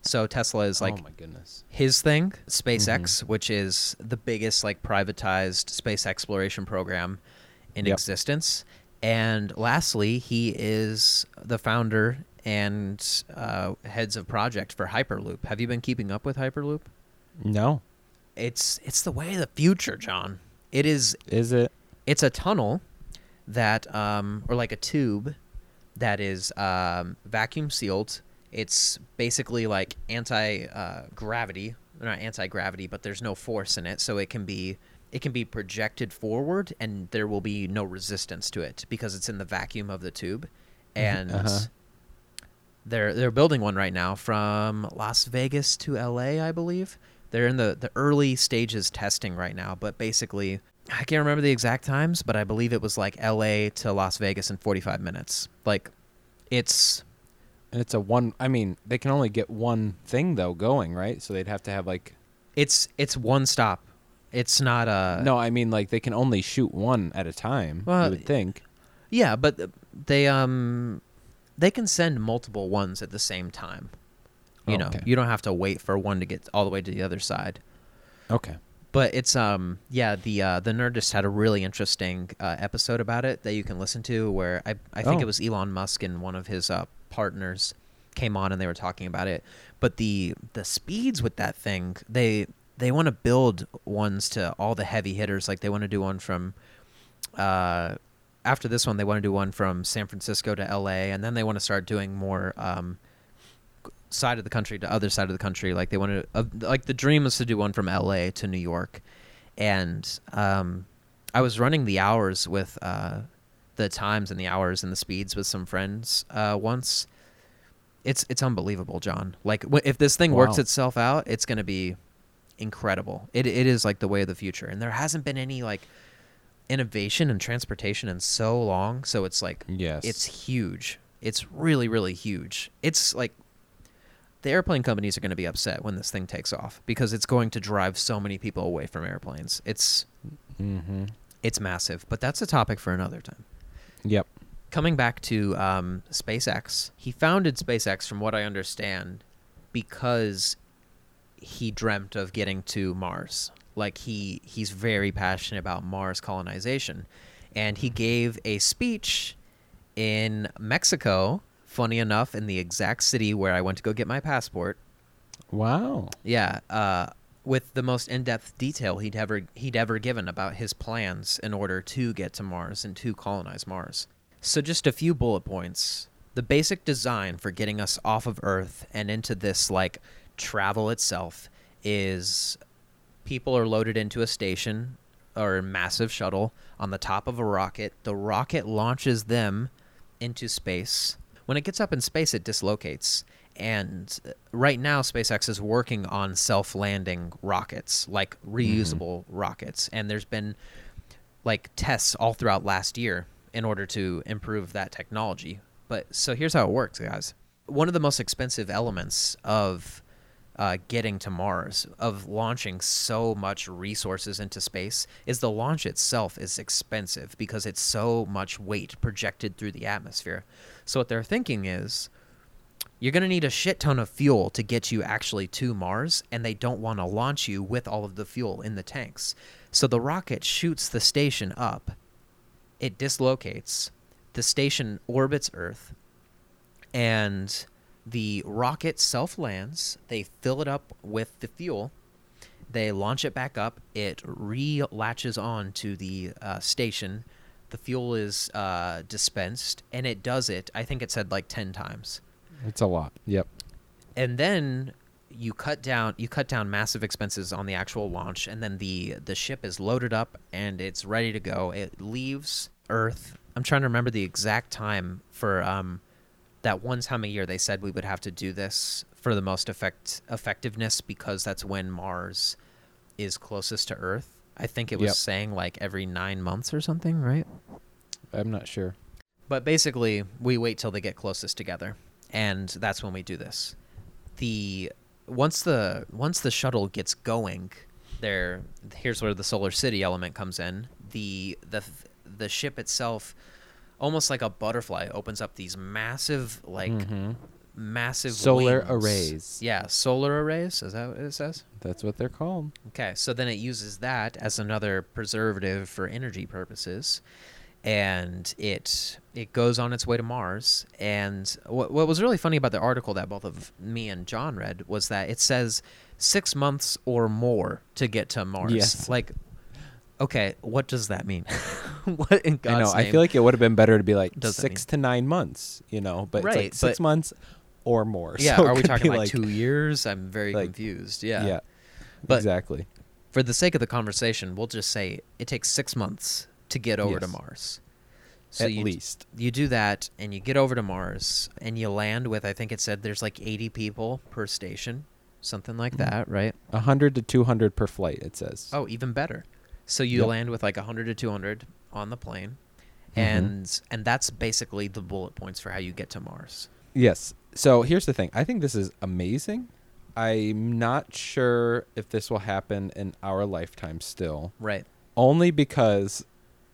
So Tesla is like
oh my goodness.
his thing, SpaceX, which is the biggest like privatized space exploration program in
Yep.
existence. And lastly, he is the founder and uh, heads of project for Hyperloop. Have you been keeping up with Hyperloop?
No,
It's it's the way of the future, John. It is
is it?
it's a tunnel that um or like a tube that is um vacuum sealed it's basically like anti uh gravity not anti gravity but there's no force in it so it can be it can be projected forward and there will be no resistance to it because it's in the vacuum of the tube and
Uh-huh.
they're they're building one right now from Las Vegas to LA, I believe. They're in the the early stages testing right now, but basically I can't remember the exact times, but I believe it was like LA to Las Vegas in 45 minutes. Like it's
And it's a one. I mean, they can only get one thing though going, right? So they'd have to have like.
it's it's one stop. It's not a
no, I mean like they can only shoot one at a time.
Uh, Well,
you would think.
Yeah, but they um they can send multiple ones at the same time. You know,
Oh, Okay.
you don't have to wait for one to get all the way to the other side.
Okay.
but it's um yeah the uh, the Nerdist had a really interesting uh, episode about it that you can listen to where I I think
Oh.
it was Elon Musk and one of his uh, partners came on and they were talking about it. But the the speeds with that thing they they want to build ones to all the heavy hitters like they want to do one from uh, after this one they want to do one from San Francisco to L.A. and then they want to start doing more. Um, side of the country to other side of the country. Like they wanted, uh, like the dream was to do one from L.A. to New York, and um, I was running the hours with uh, the times and the hours and the speeds with some friends uh, once. It's it's unbelievable, John. Like w- if this thing works
Wow.
itself out, it's gonna be incredible. It it is like the way of the future, and there hasn't been any like innovation and transportation in so long. So it's like
Yes.
it's huge. It's really, really huge. It's like the airplane companies are going to be upset when this thing takes off because it's going to drive so many people away from airplanes. It's
Mm-hmm.
it's massive, but that's a topic for another time.
Yep.
Coming back to um, SpaceX, he founded SpaceX, from what I understand, because he dreamt of getting to Mars. Like he he's very passionate about Mars colonization, and he gave a speech in Mexico. Funny enough, in the exact city where I went to go get my passport,
Wow.
yeah, uh, with the most in-depth detail he'd ever he'd ever given about his plans in order to get to Mars and to colonize Mars. So just a few bullet points. The basic design for getting us off of Earth and into this like travel itself is people are loaded into a station or a massive shuttle on the top of a rocket. The rocket launches them into space. When it gets up in space, it dislocates. And uh, right now, SpaceX is working on self landing rockets, like reusable rockets. And there's been like tests all throughout last year in order to improve that technology. But so here's how it works, guys. One of the most expensive elements of uh, getting to Mars, of launching so much resources into space, is the launch itself is expensive because it's so much weight projected through the atmosphere. So what they're thinking is you're going to need a shit ton of fuel to get you actually to Mars, and they don't want to launch you with all of the fuel in the tanks. So the rocket shoots the station up, it dislocates, the station orbits Earth, and the rocket self lands. They fill it up with the fuel. They launch it back up. It re latches on to the uh, station. the fuel is uh, dispensed, and it does it. I think it said like ten times,
It's a lot. Yep.
and then you cut down you cut down massive expenses on the actual launch, and then the the ship is loaded up and it's ready to go. It leaves Earth. I'm trying to remember the exact time for um, that one time a year they said we would have to do this for the most effect effectiveness because that's when Mars is closest to Earth. I think it was
Yep.
saying like every nine months or something, right?
I'm not sure.
But basically, we wait till they get closest together, and that's when we do this. The once the once the shuttle gets going, there here's where the solar city element comes in. The the the ship itself, almost like a butterfly, opens up these massive like
Mhm.
massive
Solar
wings.
arrays.
Yeah, solar arrays. Is that what it says?
That's what they're called.
Okay, so then it uses that as another preservative for energy purposes, and it it goes on its way to Mars. And what what was really funny about the article that both of me and John read was that it says six months or more to get to Mars.
Yes.
Like, okay, what does that mean? what in
I know.
God's
I
name?
feel like it would have been better to be like
does that
six to nine months, you know, but it's like
Right,
six
but-
months or more.
yeah.
So it
are we
could be
talking like, two years? I'm very
like-
confused.
Yeah.
But-
exactly.
for the sake of the conversation, we'll just say it takes six months to get over to
Yes.
Mars.
At
you,
least.
you do that, and you get over to Mars, and you land with I think it said there's like 80 people per station, something like that, right?
100 to 200 per flight, it says.
Oh, even better. So you
Yep.
land with like 100 to 200 on the plane,
Mhm.
and and that's basically the bullet points for how you get to Mars.
Yes. So here's the thing. I think this is amazing. I'm not sure if this will happen in our lifetime still,
Right.
only because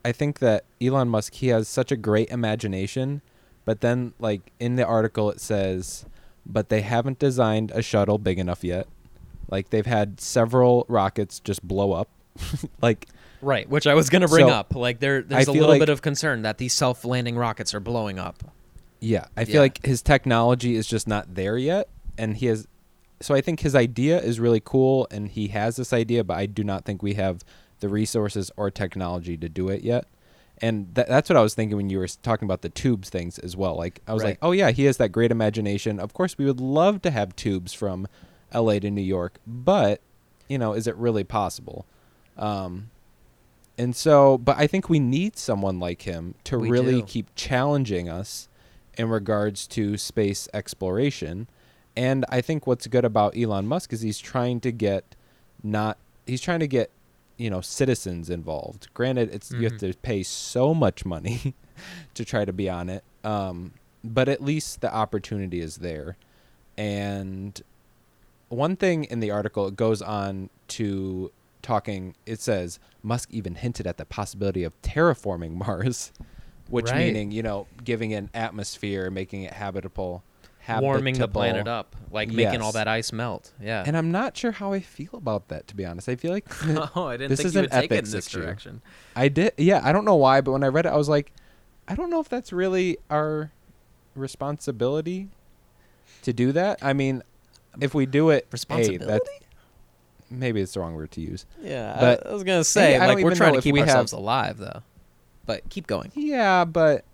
I think that Elon Musk he has such a great imagination, but then like in the article it says, but they haven't designed a shuttle big enough yet. Like they've had several rockets just blow up. like
Right, which I was going to bring
So,
up. Like there there's a
feel
little
like-
bit of concern that these self-landing rockets are blowing up.
Yeah, I feel
Yeah.
like his technology is just not there yet, and he has. So I think his idea is really cool, and he has this idea, but I do not think we have the resources or technology to do it yet. And tha that's what I was thinking when you were s- talking about the tubes things as well. Like I was
Right.
like, oh yeah, he has that great imagination. Of course, we would love to have tubes from L.A. to New York, but you know, is it really possible? Um, and so, but I think we need someone like him to
We
really
do.
keep challenging us in regards to space exploration. And I think what's good about Elon Musk is he's trying to get not he's trying to get, you know, citizens involved. Granted, it's you
Mm-hmm.
have to pay so much money to try to be on it. Um, but at least the opportunity is there. And one thing in the article it goes on to talking it says musk even hinted at the possibility of terraforming mars which
Right.
meaning you know giving it an atmosphere making it habitable
warming the
habitable.
planet up, like making all
Yes.
that ice melt. Yeah.
and i'm not sure how i feel about that to be honest i feel like
oh, I didn't
This
think
is
you
an
would take it in
ethics
this
issue.
direction.
i did yeah i don't know why but when i read it i was like i don't know if that's really our responsibility to do that i mean if we do it hey,
Responsibility?
that's maybe it's the wrong word to use
yeah,
But-
I, was gonna say
I
like
don't
we're
even
trying
know
to
if
keep
we have-
ourselves alive though. But keep going.
Yeah, but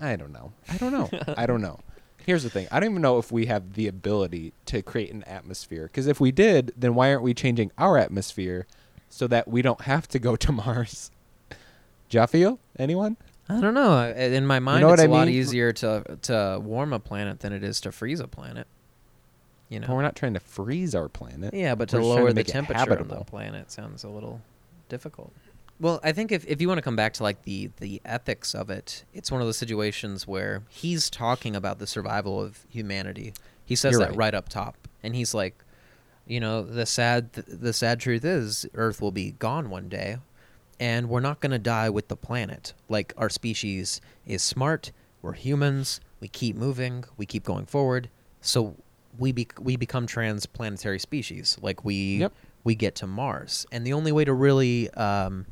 I don't know. I don't know. I don't know. Here's the thing. I don't even know if we have the ability to create an atmosphere. Because if we did, then why aren't we changing our atmosphere so that we don't have to go to Mars? Jafiel? Anyone?
I don't know. I- In my mind,
know
it's
what
a
I
lot
mean?
easier to to warm a planet than it is to freeze a planet. You know.
Well, we're not trying to freeze our planet.
yeah, but to
we're just trying
lower
to
the
make it
temperature on the
habitable.
planet sounds a little difficult. Well, I think if, if you want to come back to like the the ethics of it, it's one of those situations where he's talking about the survival of humanity. He says
You're
that
right.
right up top, and he's like, you know, the sad the sad truth is Earth will be gone one day, and we're not going to die with the planet. Like our species is smart, we're humans, we keep moving, we keep going forward, so we be- we become transplanetary species. Like we
Yep.
we get to Mars, and the only way to really um,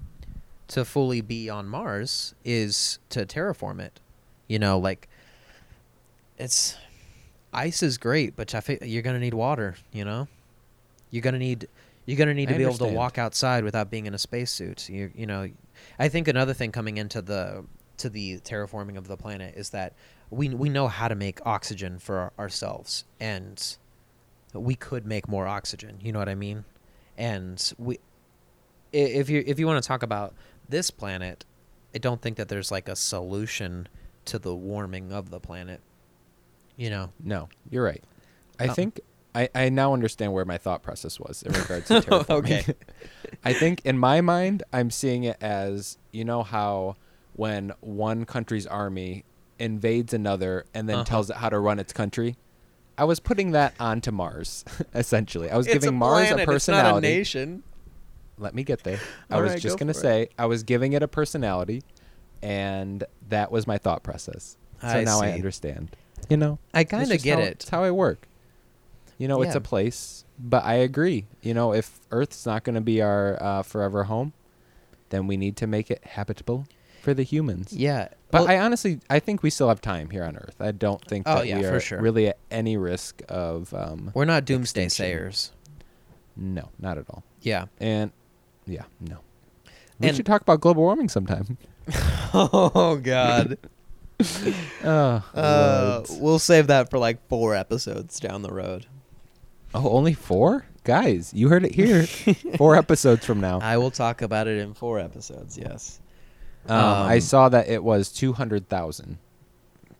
to fully be on Mars is to terraform it. You know, like it's ice is great, but I fi- you're gonna need water. You know, you're gonna need You're going to need
I
to be able
understand.
to walk outside without being in a spacesuit. You you know, I think another thing coming into the to the terraforming of the planet is that we we know how to make oxygen for our- ourselves and we could make more oxygen. You know what I mean? And we i- if you if you want to talk about this planet, I don't think that there's like a solution to the warming of the planet. You know.
No, you're right. I
Um,
think I, I now understand where my thought process was in regards to terraforming.
Okay.
I think in my mind, I'm seeing it as you know how when one country's army invades another and then
Uh-huh.
tells it how to run its country. I was putting that onto Mars, essentially. I was
It's
giving Mars
planet,
a
It's
personality.
not a nation.
Let me get there. I
All
was
right,
just
go
gonna
for it.
say I was giving it a personality, and that was my thought process. So
I
now I
see.
understand. You know,
I
That's
kind of
just
get
how-
it.
It's how I work. You know, it's
Yeah.
a place, but I agree. You know, if Earth's not going to be our uh, forever home, then we need to make it habitable for the humans.
Yeah,
But
well,
I honestly, I think we still have time here on Earth. I don't think
Oh,
that
yeah,
we
for
are
sure.
really at any risk of. Um,
we're not doomsday
extinction.
sayers.
no, not at all.
Yeah.
And yeah, no. We
And-
should talk about global warming sometime.
Oh God.
Oh,
uh,
Lords.
we'll save that for like four episodes down the road.
oh, only four guys. You heard it here. four episodes from now.
I will talk about it in four episodes. Yes.
Um, I
Um,
saw that it was two hundred thousand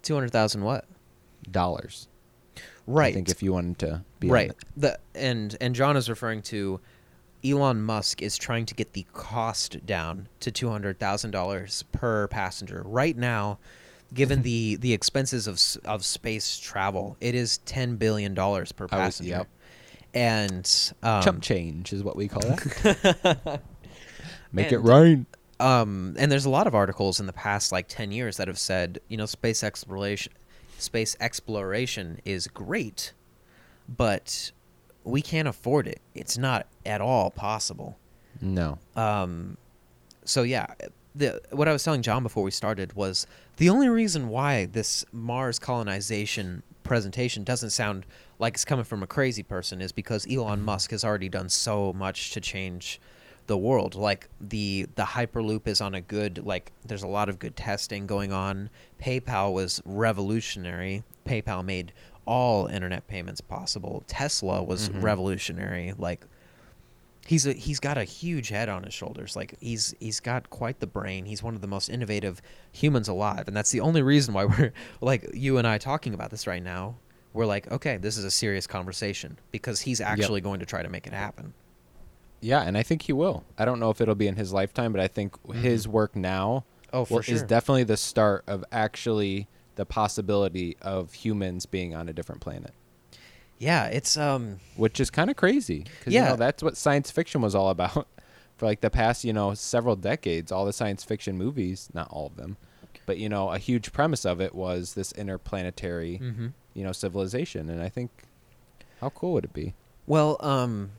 Two hundred thousand what?
dollars.
Right.
I think if you wanted to be on
right.
it.
The and and John is referring to Elon Musk is trying to get the cost down to two hundred thousand dollars per passenger right now.
Mm-hmm.
Given the the expenses of s- of space travel, it is ten billion dollars per
I was-
passenger.
yep.
And um,
chump change is what we call that. Make it
And-
rain.
um, and there's a lot of articles in the past like 10 years that have said you know space exploration space exploration is great but we can't afford it it's not at all possible
No.
um, so yeah the, what i was telling john before we started was the only reason why this mars colonization presentation doesn't sound like it's coming from a crazy person is because elon musk has already done so much to change the world like the the hyperloop is on a good like there's a lot of good testing going on paypal was revolutionary paypal made all internet payments possible tesla was revolutionary like he's a, he's got a huge head on his shoulders. Like he's he's got quite the brain. He's one of the most innovative humans alive, and that's the only reason why we're like you and I talking about this right now. We're like, okay, this is a serious conversation because he's actually going to try to make it happen.
Yeah, and I think he will. I don't know if it'll be in his lifetime, but I think his work now
Mm-hmm. Oh, for
will- is
sure.
definitely the start of actually the possibility of humans being on a different planet,
Yeah, it's um
which is kind of crazy. Cause, you
Yeah.
know, that's what science fiction was all about for like the past, you know, several decades. All the science fiction movies, not all of them, but, you know, a huge premise of it was this interplanetary,
Mm-hmm.
you know, civilization. And I think, how cool would it be?
Well, um,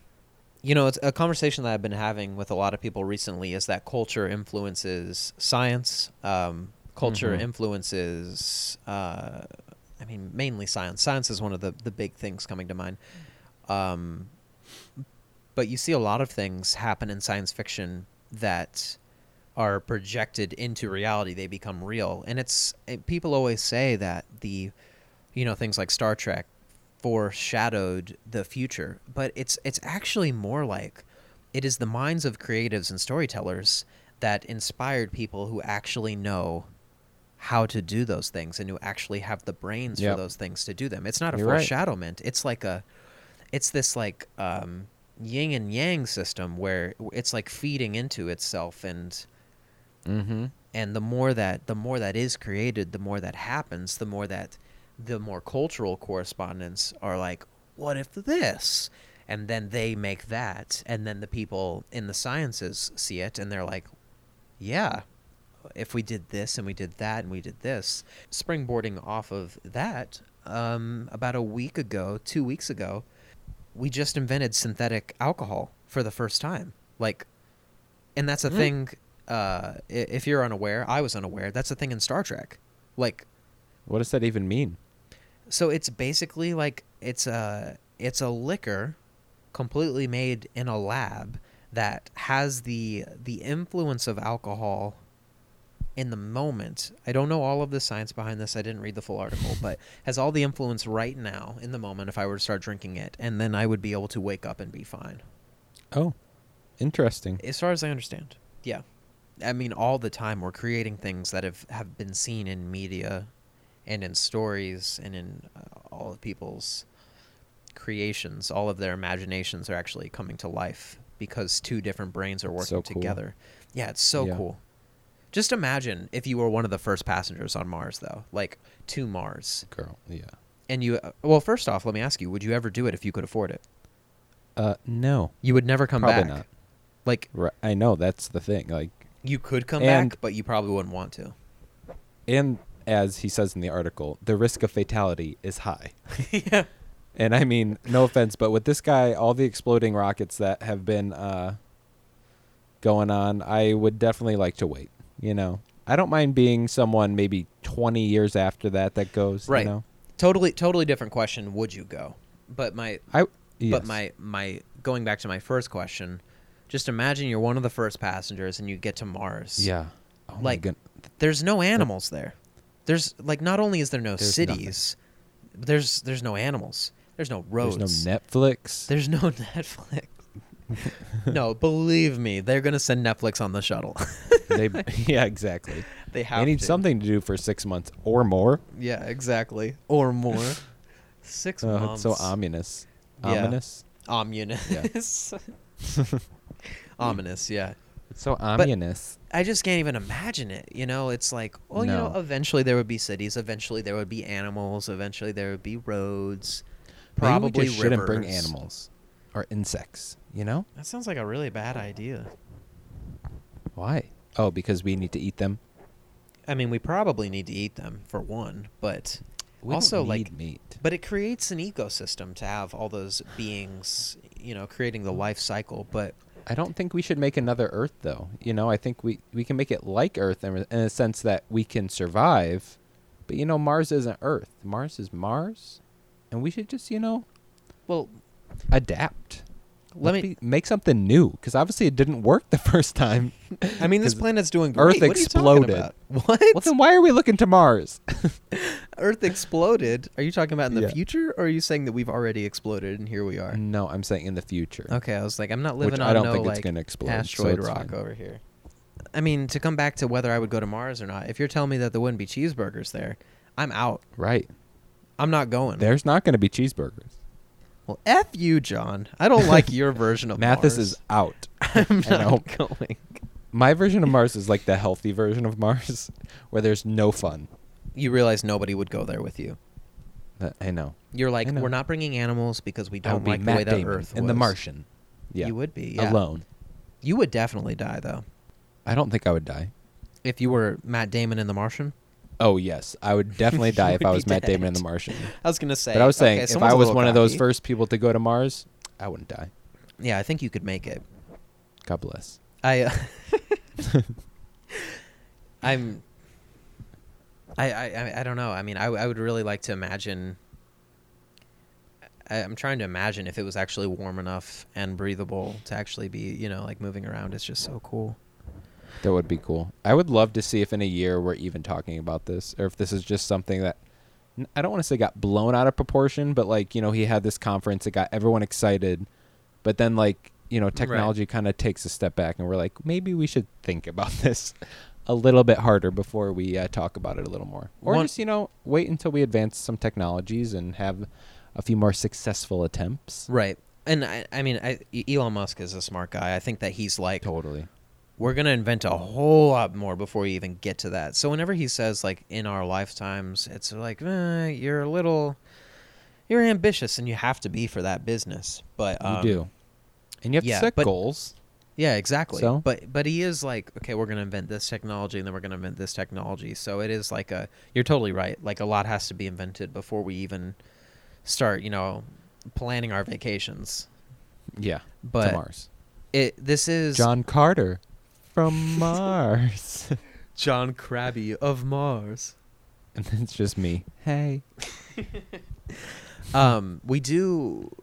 you know, it's a conversation that I've been having with a lot of people recently is that culture influences science. Um, culture
Mhm.
influences, uh, I mean, mainly science. Science is one of the, the big things coming to mind. Um, but you see a lot of things happen in science fiction that are projected into reality they become real and it's it, people always say that the you know things like star trek foreshadowed the future but it's it's actually more like it is the minds of creatives and storytellers that inspired people who actually know how to do those things and who actually have the brains
Yep.
for those things to do them it's not a
You're right.
foreshadowment it's like a it's this like um, yin and yang system where it's like feeding into itself and
Mm hmm.
and the more that the more that is created the more that happens the more that the more cultural correspondents are like what if this and then they make that and then the people in the sciences see it and they're like yeah if we did this and we did that and we did this springboarding off of that um, about a week ago two weeks ago we just invented synthetic alcohol for the first time like and that's a thing uh, i- if you're unaware i was unaware that's a thing in star trek like
What does that even mean?
so it's basically like it's a it's a liquor completely made in a lab that has the the influence of alcohol in the moment. I don't know all of the science behind this. I didn't read the full article, but has all the influence right now in the moment if I were to start drinking it, and then I would be able to wake up and be fine.
Oh, interesting.
As far as I understand. Yeah. I mean all the time we're creating things that have have been seen in media and in stories and in uh, all of people's creations, all of their imaginations are actually coming to life because two different brains are working
So cool.
together. Yeah, it's so
Yeah.
cool. Just imagine if you were one of the first passengers on Mars, though, like to Mars,
Girl, yeah.
and you. uh, Well, first off, let me ask you: Would you ever do it if you could afford it?
Uh, no,
You would never come
probably
back.
not.
Like
Right. I know that's the thing. Like,
you could come
And-
back, but you probably wouldn't want to.
and as he says in the article, the risk of fatality is high.
yeah.
And I mean, no offense, but with this guy, all the exploding rockets that have been uh, going on, I would definitely like to wait. You know, I don't mind being someone maybe 20 years after that that goes.
Right.
You know,
Totally, totally different question. Would you go? But my
I. Yes.
But my my going back to my first question, just imagine you're one of the first passengers and you get to Mars.
Yeah. Oh my
Like,
goodness.
There's no animals there. There's like not only is there no
There's
cities, there's there's no animals. There's no roads.
there's no Netflix.
There's no Netflix. no, believe me, they're gonna send Netflix on the shuttle.
they, yeah, exactly.
they have
They need
to.
something to do for six months or more.
Yeah, exactly. Or more. Six
Oh,
months.
it's so ominous.
Yeah.
Ominous.
ominous. ominous. Yeah.
It's so ominous.
I just can't even imagine it. You know, it's like, well, you know,
No.
eventually there would be cities, eventually there would be animals, eventually there would be roads,
Maybe
probably
we just shouldn't bring
rivers.
animals or insects. You know
That sounds like a really bad idea.
why? Oh, because we need to eat them.
I mean, we probably need to eat them for one, but
We don't
also
need
like
meat.
but it creates an ecosystem to have all those beings, you know, creating the life cycle, but
I don't think we should make another Earth, though. You know, I think we we can make it like Earth in, in a sense that we can survive, but you know, Mars isn't Earth. Mars is Mars, and we should just you know
well,
adapt.
let
Let's
me
be- make something new because obviously it didn't work the first time.
I mean, this
'cause
planet's doing
Earth
great. What are you talking
exploded.
about? What?
well, then why are we looking to Mars?
Earth exploded. Are you talking about in the
Yeah.
future, or are you saying that we've already exploded and here we are?
no, I'm saying in the future.
Okay, I was like, I'm not
Which
living on
I don't
no
think it's
like
gonna explode, so
asteroid
it's
rock
fine.
over here. I mean, to come back to whether I would go to Mars or not, if you're telling me that there wouldn't be cheeseburgers there, I'm out.
Right.
I'm not going.
There's not going to be cheeseburgers.
Well, f you, John. I don't like your version of
Mathis
Mars.
is out.
I'm
I
not
don't-
going.
My version of Mars is like the healthy version of Mars, where there's no fun.
You realize nobody would go there with you.
That- Uh, I know.
You're like,
I know.
we're not bringing animals because we
I
don't
would be
like the way
Matt
that
Damon
Earth was.
in The Martian. Yeah,
You would be yeah.
alone.
You would definitely die though
I don't think I would die.
if you were Matt Damon in The Martian.
Oh yes, I would definitely die if
would
I
be
was Matt Damon in
dead.
The Martian.
I was gonna say,
But I was saying,
okay,
if
someone's
I
a
was
little
one of those
cocky.
first people to go to Mars, I wouldn't die.
yeah, I think you could make it.
God bless.
I, uh, I'm, I, I, I- I don't know. I mean, I, I would really like to imagine. I, I'm trying to imagine if it was actually warm enough and breathable to actually be, you know, like moving around. It's just so cool.
That would be cool. I would love to see if in a year we're even talking about this, or if this is just something that n- I don't want to say got blown out of proportion, but like you know he had this conference, it got everyone excited, but then like you know technology kind of takes a step back, and we're like maybe we should think about this a little bit harder before we uh, talk about it a little more, or
One-
just you know wait until we advance some technologies and have a few more successful attempts.
Right. And I, I mean, I, E-, Elon Musk is a smart guy. I think that he's like,
Totally.
we're going to invent a whole lot more before we even get to that. So whenever he says like in our lifetimes, it's like eh, you're a little you're ambitious and you have to be for that business. But um,
you do, and you have
yeah,
to set
but-
goals.
Yeah, exactly.
So?
But but he is like, okay, we're going to invent this technology and then we're going to invent this technology. So it is like a you're totally right. Like a lot has to be invented before we even start, you know, planning our vacations.
Yeah,
But
to Mars.
it this is
John Carter from Mars.
John Krabby of Mars.
and it's just me. Hey.
um, we do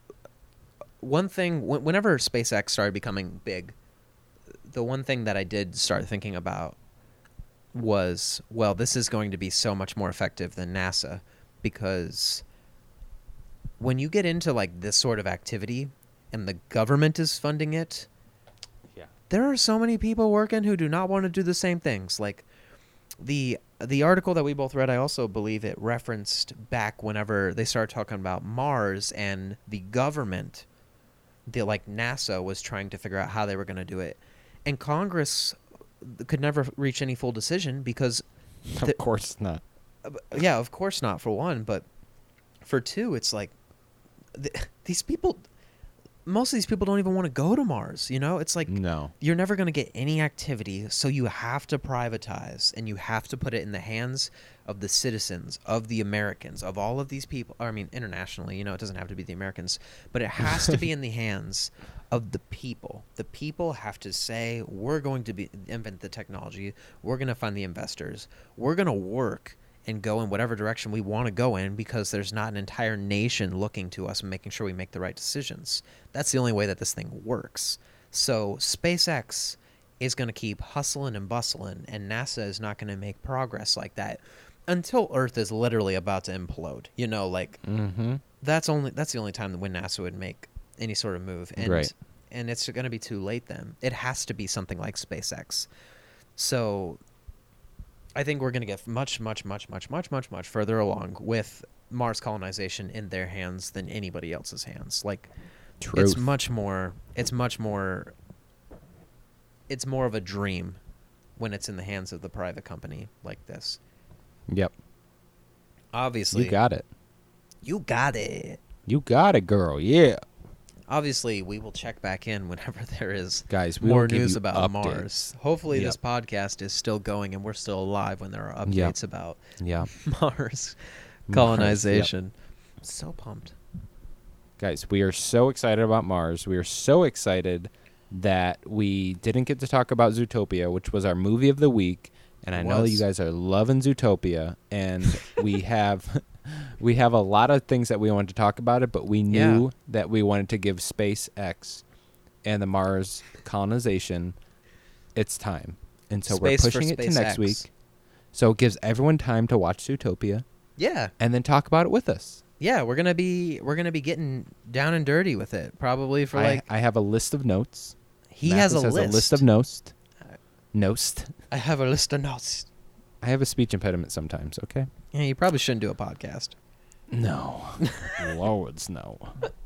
one thing wh- whenever SpaceX started becoming big, the one thing that I did start thinking about was, well, this is going to be so much more effective than NASA because when you get into like this sort of activity and the government is funding it,
Yeah.
there are so many people working who do not want to do the same things. Like the the article that we both read, I also believe it referenced back whenever they started talking about Mars and the government, the like NASA was trying to figure out how they were going to do it, and Congress could never reach any full decision because
Of
The-
course not.
uh, b- yeah, of course not for one, but for two, it's like th- these people. Most of these people don't even want to go to Mars. You know, it's like
no.
you're never going to get any activity, so you have to privatize and you have to put it in the hands of the citizens, of the Americans, of all of these people. I mean, internationally, you know, it doesn't have to be the Americans, but it has to be in the hands of the people. The people have to say, we're going to be, invent the technology, we're going to find the investors, we're going to work and go in whatever direction we want to go in because there's not an entire nation looking to us and making sure we make the right decisions. That's the only way that this thing works. So SpaceX is going to keep hustling and bustling, and NASA is not going to make progress like that until Earth is literally about to implode. You know, like
Mm-hmm.
that's only that's the only time that when NASA would make any sort of move, and
Right.
and it's going to be too late then. It has to be something like SpaceX. So, I think we're going to get much, much, much, much, much, much, much further along with Mars colonization in their hands than anybody else's hands. Like
True.
it's much more. It's much more. It's more of a dream when it's in the hands of the private company like this.
yep.
Obviously,
You got it.
you got it.
You got it, girl. Yeah.
Obviously, we will check back in whenever there is
Guys, we will
more
give
news
you
about
updates.
Mars. Hopefully, this
Yep.
podcast is still going and we're still alive when there are updates
Yep.
about
Yeah.
Mars
yep.
colonization. So pumped.
Guys, we are so excited about Mars. We are so excited that we didn't get to talk about Zootopia, which was our movie of the week. And I know
Was.
you guys are loving Zootopia, and we have we have a lot of things that we wanted to talk about it, but we
Yeah.
knew that we wanted to give SpaceX and the Mars colonization its time, and so
Space for
we're pushing it to
SpaceX.
next week. So it gives everyone time to watch Zootopia
Yeah,
and then talk about it with us.
yeah, we're gonna be we're gonna be getting down and dirty with it probably for
I-
like
I have a list of notes.
He
Mathis
has, a, list.
of nost.
Uh,
Nost.
I have a list of notes.
I have a speech impediment sometimes, okay?
Yeah, you probably shouldn't do a podcast.
No. Lords, no.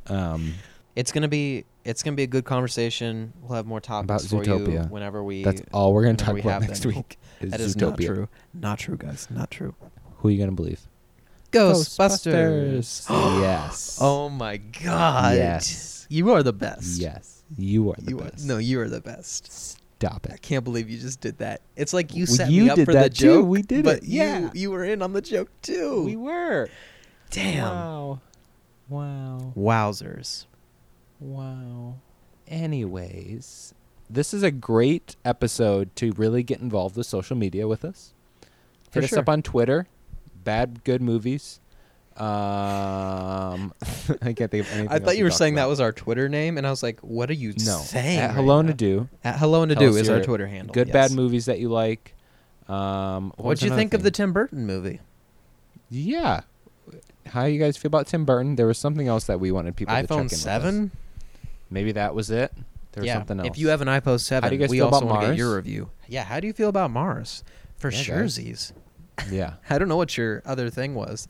Um,
It's gonna be it's gonna be a good conversation. We'll have more topics for
About
you
Zootopia.
whenever we.
that's all we're going to
whenever
talk
we
about
have
next
them.
week.
That is not
Zootopia.
true. Not true, guys. Not true.
Who are you going to believe?
Ghostbusters.
Ghostbusters. yes.
Oh my god.
Yes.
You are the best.
Yes. You are the
You are,
best.
no, you are the best.
Stop
I
it.
can't believe you just did that. It's like you
Well,
set
you
me up
did
for the
that too.
joke.
We did
but
it. Yeah.
You, you were in on the joke too.
were.
Damn.
Wow. Wow.
Wowzers.
Wow. Anyways, this is a great episode to really get involved with social media with us.
For
Hit
sure.
us up on Twitter, Bad Good Movies. Um, I can't think of anything.
I
else
thought you were
talked
saying that
about.
was our Twitter name, and I was like, "What are you
no.
saying?"
At
right
Hello
now?
to do.
At hello and to
Tell
do
us
is our
your
Twitter handle.
Good
yes.
bad movies that you like. Um, what was
What'd you
another
think of the
thing?
Tim Burton movie?
yeah. How you guys feel about Tim Burton? There was something else that we wanted people to check in
iPhone
with us.
Seven.
Maybe that was it. There was
yeah.
something else.
If you have an iPhone Seven,
you guys
we
feel
also
about
want to get
Mars?
your review. Yeah. How do you feel about Mars? For
Yeah,
sure,
guys.
Z's.
yeah.
I don't know what your other thing was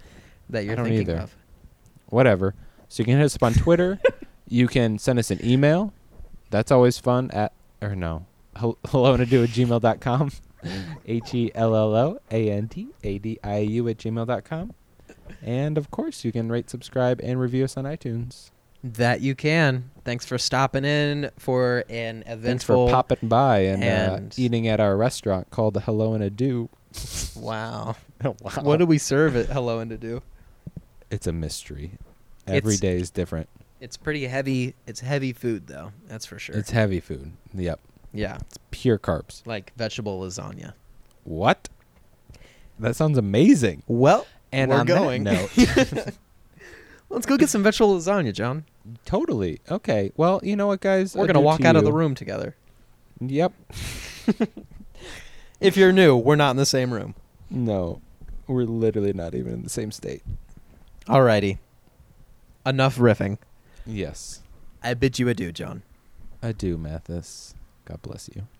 that you're
don't
thinking
either.
of.
whatever. So you can hit us up on Twitter. you can send us an email. That's always fun at or no. hel- Hello and ado at gmail.com. H E L L O A N T A D I U at gmail.com. And of course you can rate, subscribe, and review us on iTunes.
That you can. Thanks for stopping in for an
Thanks
eventful.
for popping by and, uh,
and-
eating at our restaurant called the Hello and Ado.
Wow.
wow.
What do we serve at Hello and to do?
it's a mystery.
It's-
Every day is different.
It's pretty heavy. It's heavy food though. That's for sure.
It's heavy food. Yep.
yeah.
It's pure carbs.
like vegetable lasagna.
What? That sounds amazing.
Well,
And
we're
on
going.
that note,
Let's go get some vegetable lasagna, John.
Totally. Okay. Well, you know what, guys?
We're gonna
Adieu
walk
to
out of the
you.
room together.
Yep.
If you're new, we're not in the same room.
No, we're literally not even in the same state.
Alrighty. Enough riffing.
Yes.
I bid you adieu, John.
I do, Mathis. God bless you.